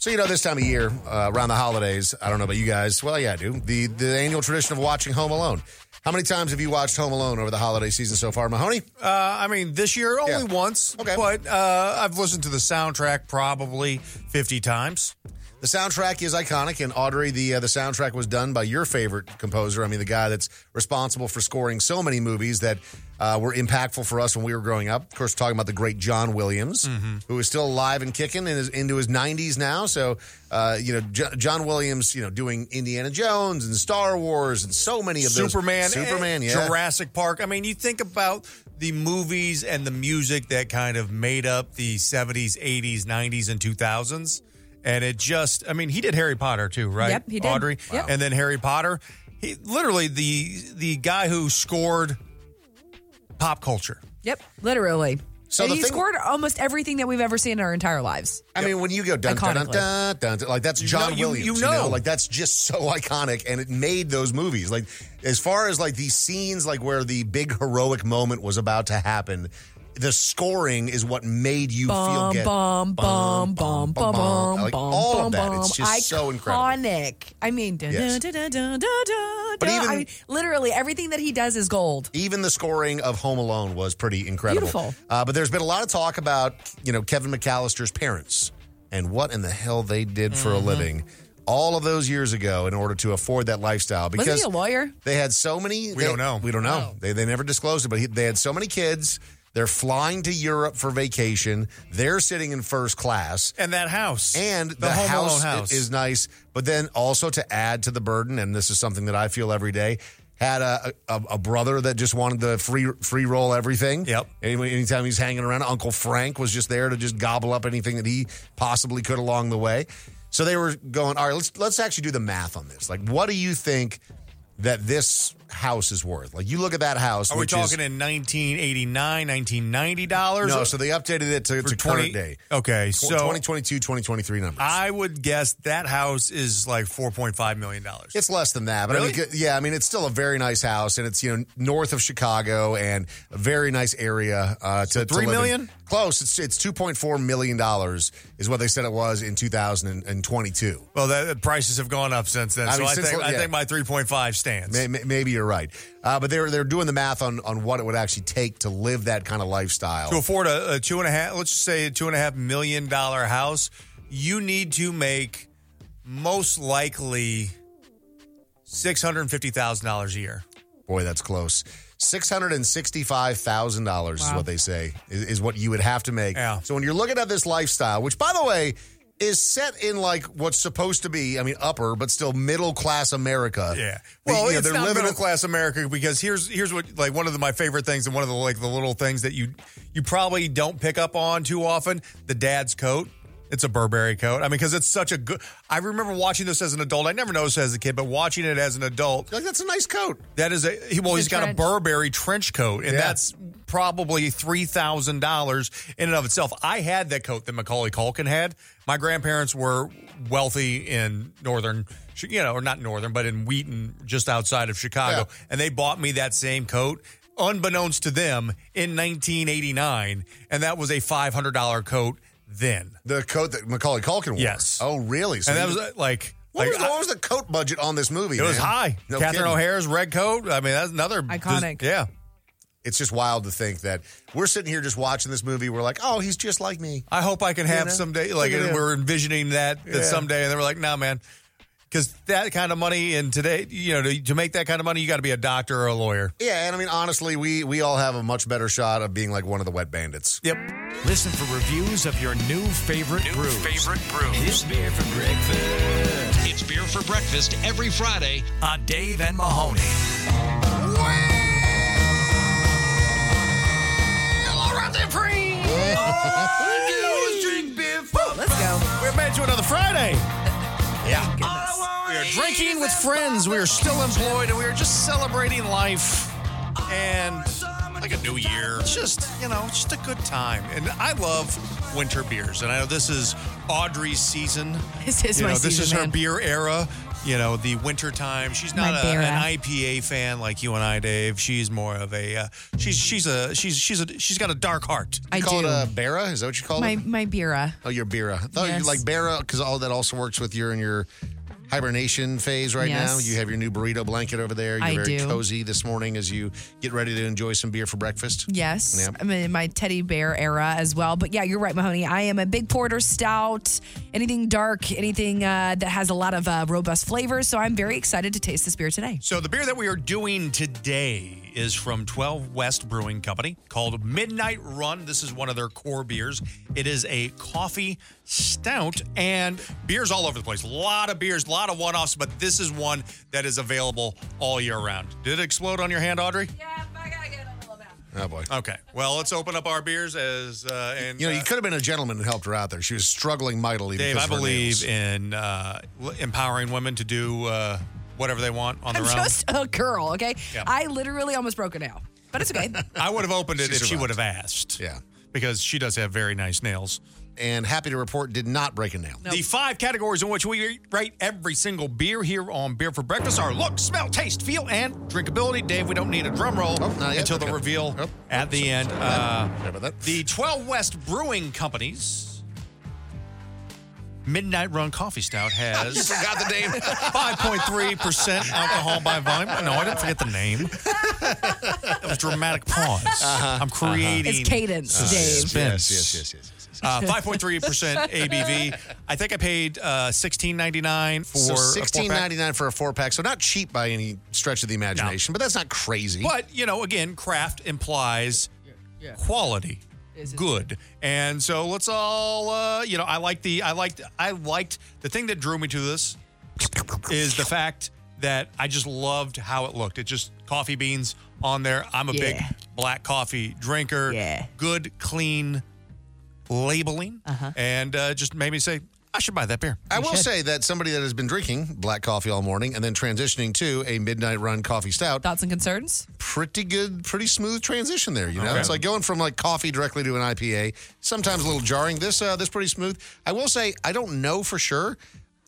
So you know, this time of year, uh, around the holidays, I don't know about you guys. Well, yeah, I do. The the annual tradition of watching Home Alone. How many times have you watched Home Alone over the holiday season so far, Mahoney? Uh, I mean, this year only once, okay. but uh, I've listened to the soundtrack probably 50 times. The soundtrack is iconic, and Audrey, the uh, the soundtrack was done by your favorite composer. I mean, the guy that's responsible for scoring so many movies that uh, were impactful for us when we were growing up. Of course, we're talking about the great John Williams, Mm-hmm. who is still alive and kicking and is into his 90s now. So, uh, you know, Jo- John Williams, you know, doing Indiana Jones and Star Wars and so many of those Superman, Superman, eh, yeah, Jurassic Park. I mean, you think about the movies and the music that kind of made up the 70s, 80s, 90s, and 2000s. And it just, I mean, he did Harry Potter too, right? Yep, he did. Audrey. Yep. And then Harry Potter. He literally the the guy who scored pop culture. Yep, literally. So and the he thing- scored almost everything that we've ever seen in our entire lives. I mean, when you go dun dun dun Iconically. dun, dun, dun, like that's You John know- you- Williams. you know. like that's just so iconic, and it made those movies. Like as far as like these scenes, like where the big heroic moment was about to happen, the scoring is what made you feel Bum, get bum, bum, bum, bum, bum, like bum, all bum, of that. It's bum. just so incredible. Iconic. I mean, dun, Yes. dun, dun, dun, dun, dun, But dun. even- I mean, literally everything that he does is gold. Even the scoring of Home Alone was pretty incredible. Beautiful. Uh, but there's been a lot of talk about you know Kevin McAllister's parents and what in the hell they did for Mm-hmm. a living all of those years ago in order to afford that lifestyle. Because Wasn't he a lawyer? They had so many. We they- don't know. We don't know. They, they never disclosed it, but he, they had so many kids They're flying to Europe for vacation. They're sitting in first class. And that house. And the, The Home Alone house, house. is nice. But then also to add to the burden, and this is something that I feel every day. Had a, a a brother that just wanted to free free roll everything. Yep. Any, anytime he's hanging around, Uncle Frank was just there to just gobble up anything that he possibly could along the way. So they were going, all right, let's let's actually do the math on this. Like, what do you think that this house is worth? Like, you look at that house. Are we which is- talking in 1989, 1990 dollars? no, so they updated it to, For to 20 current day. Okay, Tw- so- 2022, 2023 numbers. I would guess that house is like 4.5 million dollars. It's less than that, Uh, but I mean, Really? yeah, I mean, it's still a very nice house, and it's you know north of Chicago and a very nice area. Uh, to three to live in. million? close. It's it's two point four million dollars is what they said it was in two thousand and twenty two. Well, the the prices have gone up since then, I so mean, I since think la- I yeah. think my 3.5 stands. May- may- Maybe you're right, uh, but they're they're doing the math on on what it would actually take to live that kind of lifestyle. to afford a, a two and a half, let's just say a two and a half million dollar house, you need to make most likely six hundred fifty thousand dollars a year. Boy, that's close. Six hundred and sixty-five thousand dollars is what they say is, is what you would have to make. Yeah. So when you're looking at this lifestyle, which by the way is set in like what's supposed to be, I mean, upper but still middle class America. Yeah. They- Well, you know, it's they're not living middle class America because here's here's what like one of the, my favorite things and one of the like the little things that you you probably don't pick up on too often. The dad's coat. It's a Burberry coat. I mean, because it's such a good. I remember watching this as an adult. I never noticed as a kid, but watching it as an adult, like that's a nice coat. That is a he, well. It's a he's got trench. a Burberry trench coat, and Yeah. that's probably three thousand dollars in and of itself. I had that coat that Macaulay Culkin had. My grandparents were wealthy in northern, Chi- you know, or not northern, but in Wheaton, just outside of Chicago, and they bought me that same coat. Unbeknownst to them, in 1989, and that was a $500 coat then. The coat that Macaulay Culkin wore. Yes. Oh, really? and that you- was uh, like, what, like was, what was the coat budget on this movie? it was man? high. No Catherine kidding. O'Hara's red coat. I mean, that's another Iconic. yeah. It's just wild to think that we're sitting here just watching this movie. We're like, oh, he's just like me. I hope I can You have know? someday. Like Look at and him. we're envisioning that that Yeah. someday, and they were like, "Nah, man," because that kind of money and today, you know, to, to make that kind of money, you got to be a doctor or a lawyer. Yeah, and I mean, honestly, we we all have a much better shot of being like one of the wet bandits. Yep. Listen for reviews of your new favorite brews. Favorite brews. It's beer for breakfast. It's beer for breakfast every Friday on Dave and Mahoney. Let's go. We're back to another Friday. Yeah. We are drinking with friends. We are still employed, and we are just celebrating life and like a new year. It's just you know, it's just a good time. And I love winter beers. And I know this is Audrey's season. This is You my know, This season, is her man. beer era. You know, the winter time. She's My not a, beer an era. IPA fan like you and I, Dave. She's more of a uh, she's she's a she's she's a she's got a dark heart. I you call do. it a Bera? Is that what you call my it? my uh, beera. Oh, your Bera. I thought Yes. you like Bera because all that also works with your in your hibernation phase right now. Yes. You have your new burrito blanket over there. You're I very do. cozy this morning as you get ready to enjoy some beer for breakfast. Yes, Yeah. I'm in my teddy bear era as well. But yeah, you're right, Mahoney. I am a big porter, stout, anything dark, anything uh, that has a lot of uh, robust flavors. So I'm very excited to taste this beer today. So the beer that we are doing today is from 12 West Brewing Company called Midnight Run. This is one of their core beers. It is a coffee stout and beers all over the place. A lot of beers, a lot of one-offs, but this is one that is available all year round. Did it explode on your hand, Audrey? Oh boy. Okay. Well, let's open up our beers as uh, and You know, you uh, could have been a gentleman and helped her out there. She was struggling mightily. Dave, because of I her nails. believe in uh, l- empowering women to do uh, whatever they want on I'm their own. just a girl, okay? Yeah. I literally almost broke a nail, but it's okay. I would have opened it She if she survived. would have asked. Yeah. Because she does have very nice nails. And happy to report, did not break a nail. The five categories in which we rate every single beer here on Beer for Breakfast are look, smell, taste, feel, and drinkability. Dave, we don't need a drum roll not yet. until the Okay. reveal at the end. Uh, Sorry about that. the 12 West Brewing Company's Midnight Run Coffee Stout has. You forgot the name. 5.3% alcohol by volume. No, I didn't forget the name. That was dramatic pause. I'm creating It's cadence, suspense. Dave. Uh-huh. Yes, yes, yes, yes. yes. Uh, 5.3% ABV. I think I paid uh, 16.99 for So a sixteen four-pack. ninety nine for a four pack, so not cheap by any stretch of the imagination, but that's not crazy. But you know, again, craft implies quality, good. And so let's all, uh, you know, I like the, I liked, I liked the thing that drew me to this is the fact that I just loved how it looked. It just coffee beans on there. I'm a big Yeah. black coffee drinker. Yeah. Good, clean labeling. Uh-huh. And uh, just made me say, I should buy that beer. I will say that somebody that has been drinking black coffee all morning and then transitioning to a midnight run coffee stout. Thoughts and concerns? Pretty good, pretty smooth transition there. You know, Okay. it's like going from like coffee directly to an IPA. Sometimes a little jarring. This uh, this pretty smooth. I will say I don't know for sure.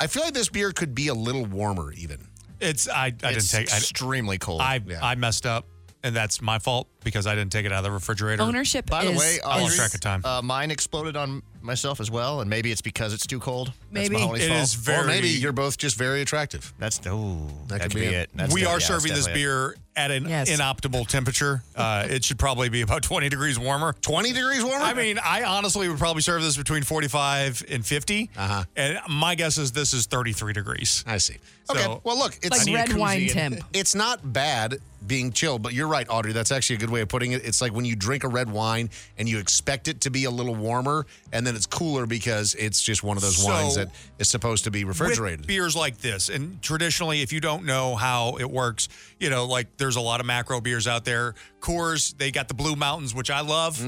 I feel like this beer could be a little warmer even. It's I, I didn't It's take extremely cold. I I messed up, and that's my fault because I didn't take it out of the refrigerator. By the way, I lost Audrey's, track of time. Uh, mine exploded on myself as well, and maybe it's because it's too cold. Maybe. That's Mahoney's It fault. is very- Or maybe you're both just very attractive. That's no. That, could be, it. That's we good. are Yeah, that's serving this definitely it. beer at an inoptimal temperature. Uh, it should probably be about 20 degrees warmer. 20 degrees warmer? I mean, I honestly would probably serve this between 45 and 50. Uh-huh. And my guess is this is 33 degrees. I see. Okay. well, look, it's It's not bad being chilled, but you're right, Audrey. That's actually a good way of putting it. It's like when you drink a red wine and you expect it to be a little warmer, and then it's cooler because it's just one of those So- wines that is supposed to be refrigerated. With beers like this, and traditionally, if you don't know how it works, you know, like there's a lot of macro beers out there. Coors, they got the Blue Mountains, which I love,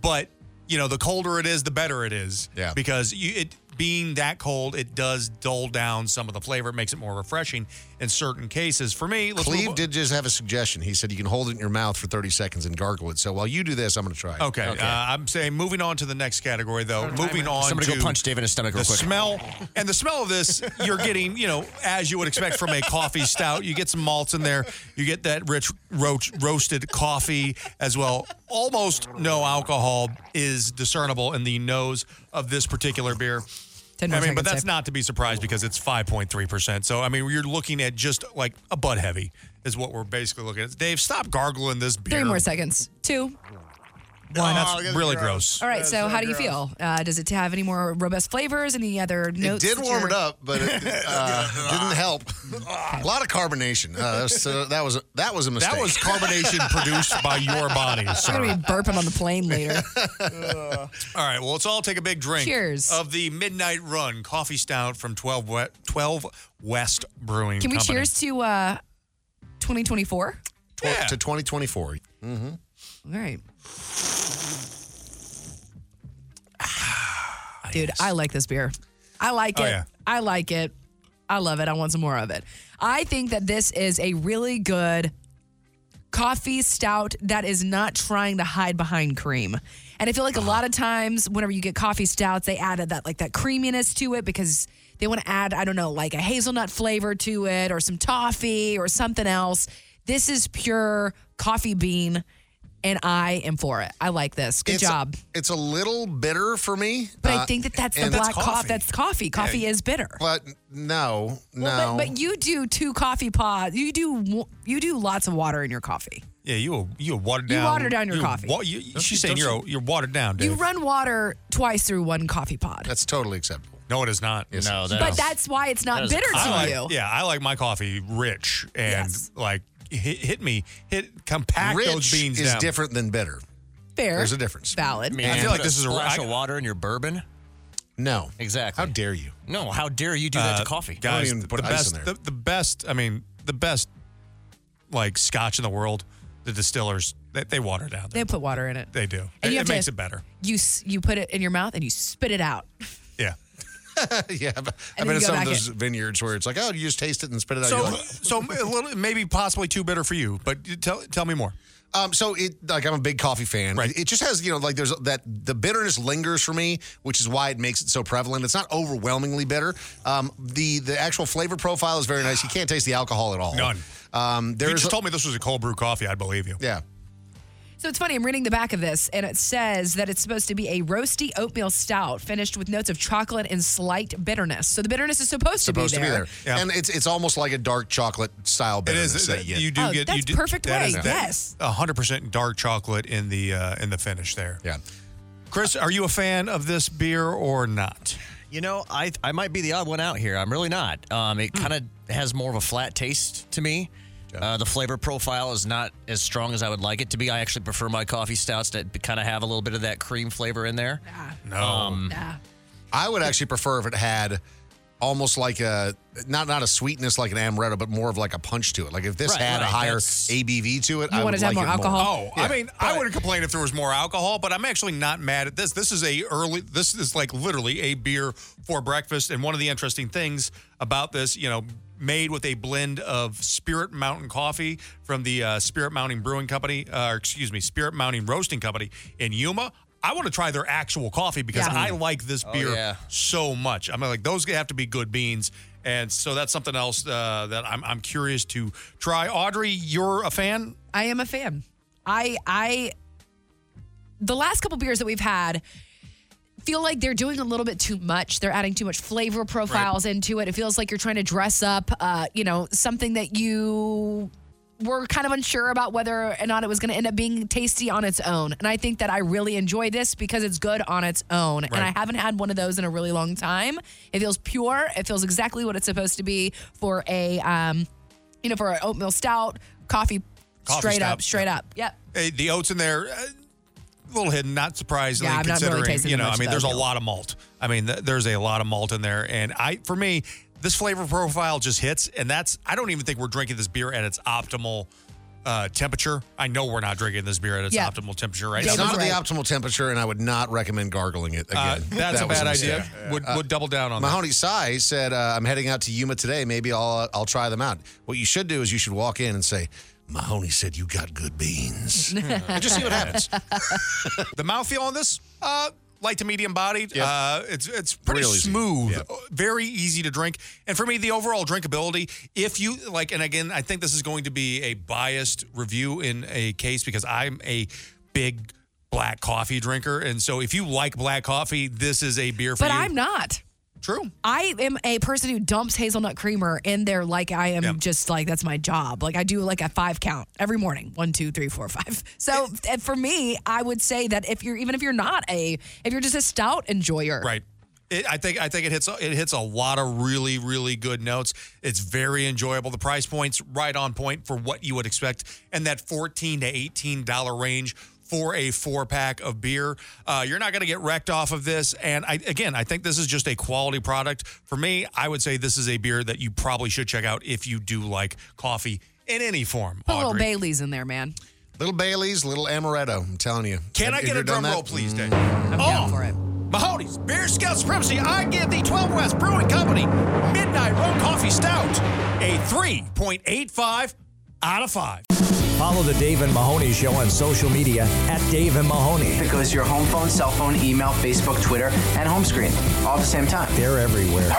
but you know, the colder it is, the better it is. Yeah, because you, it being that cold, it does dull down some of the flavor. It makes it more refreshing in certain cases. For me, let's move Cleve on- did just have a suggestion. He said you can hold it in your mouth for 30 seconds and gargle it. So while you do this, I'm going to try it. Okay, Uh, I'm saying moving on to the next category, though. Moving on. Somebody to go punch Dave in his stomach the real quick. smell and the smell of this, you're getting, you know, as you would expect from a coffee stout. You get some malts in there. You get that rich roach, roasted coffee as well. Almost no alcohol is discernible in the nose of this particular beer. I Ten more mean, but seconds, that's Dave. not to be surprised because it's 5.3%. So, I mean, you're looking at just like a butt heavy is what we're basically looking at. Dave, stop gargling this beer. Three more seconds. Two. One, Oh, Oh, that's really gross. All right. so, how do you feel? Uh, does it have any more robust flavors? Any other notes? It did that warm you're- it up, but it uh, didn't help. a lot of carbonation. Uh, that, was, uh, that was that was a mistake. That was carbonation produced by your body, I'm sir. gonna be burping on the plane later. All right, well, let's all take a big drink. Cheers. Of the Midnight Run coffee stout from 12, we- 12 West Brewing Can we Company. cheers to uh, 2024? Tw- to 2024. Mm-hmm. All right. Dude, I like this beer. I like it. Ah, Oh, yeah. I like it. I love it. I want some more of it. I think that this is a really good coffee stout that is not trying to hide behind cream. And I feel like a lot of times whenever you get coffee stouts, they added that like that creaminess to it because they want to add, I don't know, like a hazelnut flavor to it or some toffee or something else. This is pure coffee bean and I am for it. I like this. Good It's- job. It's a little bitter for me. But I uh, think that that's the and- black coffee. That's coffee. Coffee Yeah. is bitter. But no, no. Well, but, but you do two coffee pods. You do wo- you do lots of water in your coffee. Yeah, you will- you will water You down. watered down your you coffee. wa- you- Don't you- she's saying don't you're you're watered down, Dave. You run water twice through one coffee pod. that's totally acceptable. No, it Oh, is not. no, but that's why it's not bitter to I like- you. Yeah, I like my coffee rich and like hit, hit me, hit compact those Rich beans is down. different than bitter. Fair. There's a difference. Valid. I, mean, I you feel like put this is a- splash I- of water in your bourbon. No, exactly. How dare you? No, how dare you do that Uh, to coffee, guys? The, the best, The, the best. I mean, the best like Scotch in the world. The distillers they, they water down. They put water in it. They do. And it you have it to- makes it better. You s- you put it in your mouth and you spit it out. Yeah. yeah, I've, I've then been you go to some of back those vineyards where it's like, oh, you just taste it and spit it out. So, You're like- so a little, maybe possibly too bitter for you. But you tell tell me more. Um, so it like I'm a big coffee fan. Right. It just has you know like there's that the bitterness lingers for me, which is why it makes it so prevalent. It's not overwhelmingly bitter. Um, the the actual flavor profile is very nice. You can't taste the alcohol at all. None. Um, You there's just told me this was a cold brew coffee. I'd believe you. Yeah. So it's funny, I'm reading the back of this, and it says that it's supposed to be a roasty oatmeal stout finished with notes of chocolate and slight bitterness. So the bitterness is supposed, supposed to be there. and it's it's almost like a dark chocolate style bitterness. is. that you, get. You do Oh, get that's you do, perfect that way, is- that- yes. 100% dark chocolate in the uh, in the finish there. Yeah. Chris, are you a fan of this beer or not? You know, I I might be the odd one out here. I'm really not. Um, it kind of has more of a flat taste to me. Uh, the flavor profile is not as strong as I would like it to be. I actually prefer my coffee stouts that kind of have a little bit of that cream flavor in there. Um, No. I would actually prefer if it had almost like a not not a sweetness like an amaretto, but more of like a punch to it. Like if this Right, had a right, higher that's- ABV to it, I would like it Oh, I mean, I wouldn't complain if there was more alcohol, but I'm actually not mad at this. This is a early. This is like literally a beer for breakfast. And one of the interesting things about this, you know, made with a blend of Spirit Mountain coffee from the uh, Spirit Mountain Brewing Company, uh, or excuse me, Spirit Mountain Roasting Company in Yuma. I want to try their actual coffee because Yeah. I like this Oh, beer yeah. so much. I'm like, those have to be good beans. And so that's something else uh, that I'm, I'm curious to try. Audrey, you're a fan? I am a fan. I I the last couple beers that we've had feel like they're doing a little bit too much. They're adding too much flavor profiles into it. It feels like you're trying to dress up uh, you know, something that you were kind of unsure about whether or not it was going to end up being tasty on its own. And I think that I really enjoy this because it's good on its own. And I Right. haven't had one of those in a really long time. It feels pure. It feels exactly what it's supposed to be for a um, you know, for an oatmeal stout, coffee, Coffee straight stout, up, straight yeah. up. Yep. Hey, the oats in there, uh, a little hidden, not surprisingly, Yeah, I'm not really considering, tasting you that know, much I mean, of there's a oatmeal. lot of malt. I mean, th- there's a lot of malt in there. And I, for me, this flavor profile just hits. And that's, I don't even think we're drinking this beer at its optimal uh, temperature. I know we're not drinking this beer at its Yeah. optimal temperature, right? It's now. not at the optimal temperature, and I would not recommend gargling it again. Uh, that's That a was bad mistake. idea. Would, would double down on Mahoney Sai said, uh, "I'm heading out to Yuma today. Maybe I'll uh, I'll try them out." What you should do is you should walk in and say, "Mahoney said you got good beans." and just see what happens. the mouthfeel on this, uh, light to medium bodied. Uh, it's it's pretty Real easy. smooth, Uh, very easy to drink. And for me, the overall drinkability, if you like, and again, I think this is going to be a biased review in a case because I'm a big black coffee drinker, and so if you like black coffee, this is a beer for But you. I'm not. True. I am a person who dumps hazelnut creamer in there like I am just like that's my job. Like I do like a five count every morning. One, two, three, four, five. So and for me, I would say that if you're even if you're not a if you're just a stout enjoyer. Right. It, I think I think it hits it hits a lot of really really good notes. It's very enjoyable. The price point's right on point for what you would expect, and that fourteen to eighteen dollar range for a four pack of beer. Uh, you're not going to get wrecked off of this. And I, again, I think this is just a quality product. For me, I would say this is a beer that you probably should check out if you do like coffee in any form. Put a little Audrey. Bailey's in there, man. Little Bailey's, little amaretto. I'm telling you. Can I Have get you a done drum that? Mm. roll, please, Dave? I'm down for it. Oh. Mahoney's Beer Scout Supremacy. I give the 12 West Brewing Company Midnight Road Coffee Stout a 3.85 out of 5. Follow the Dave and Mahoney Show on social media at Dave and Mahoney. Because your home phone, cell phone, email, Facebook, Twitter, and home screen all at the same time. They're everywhere.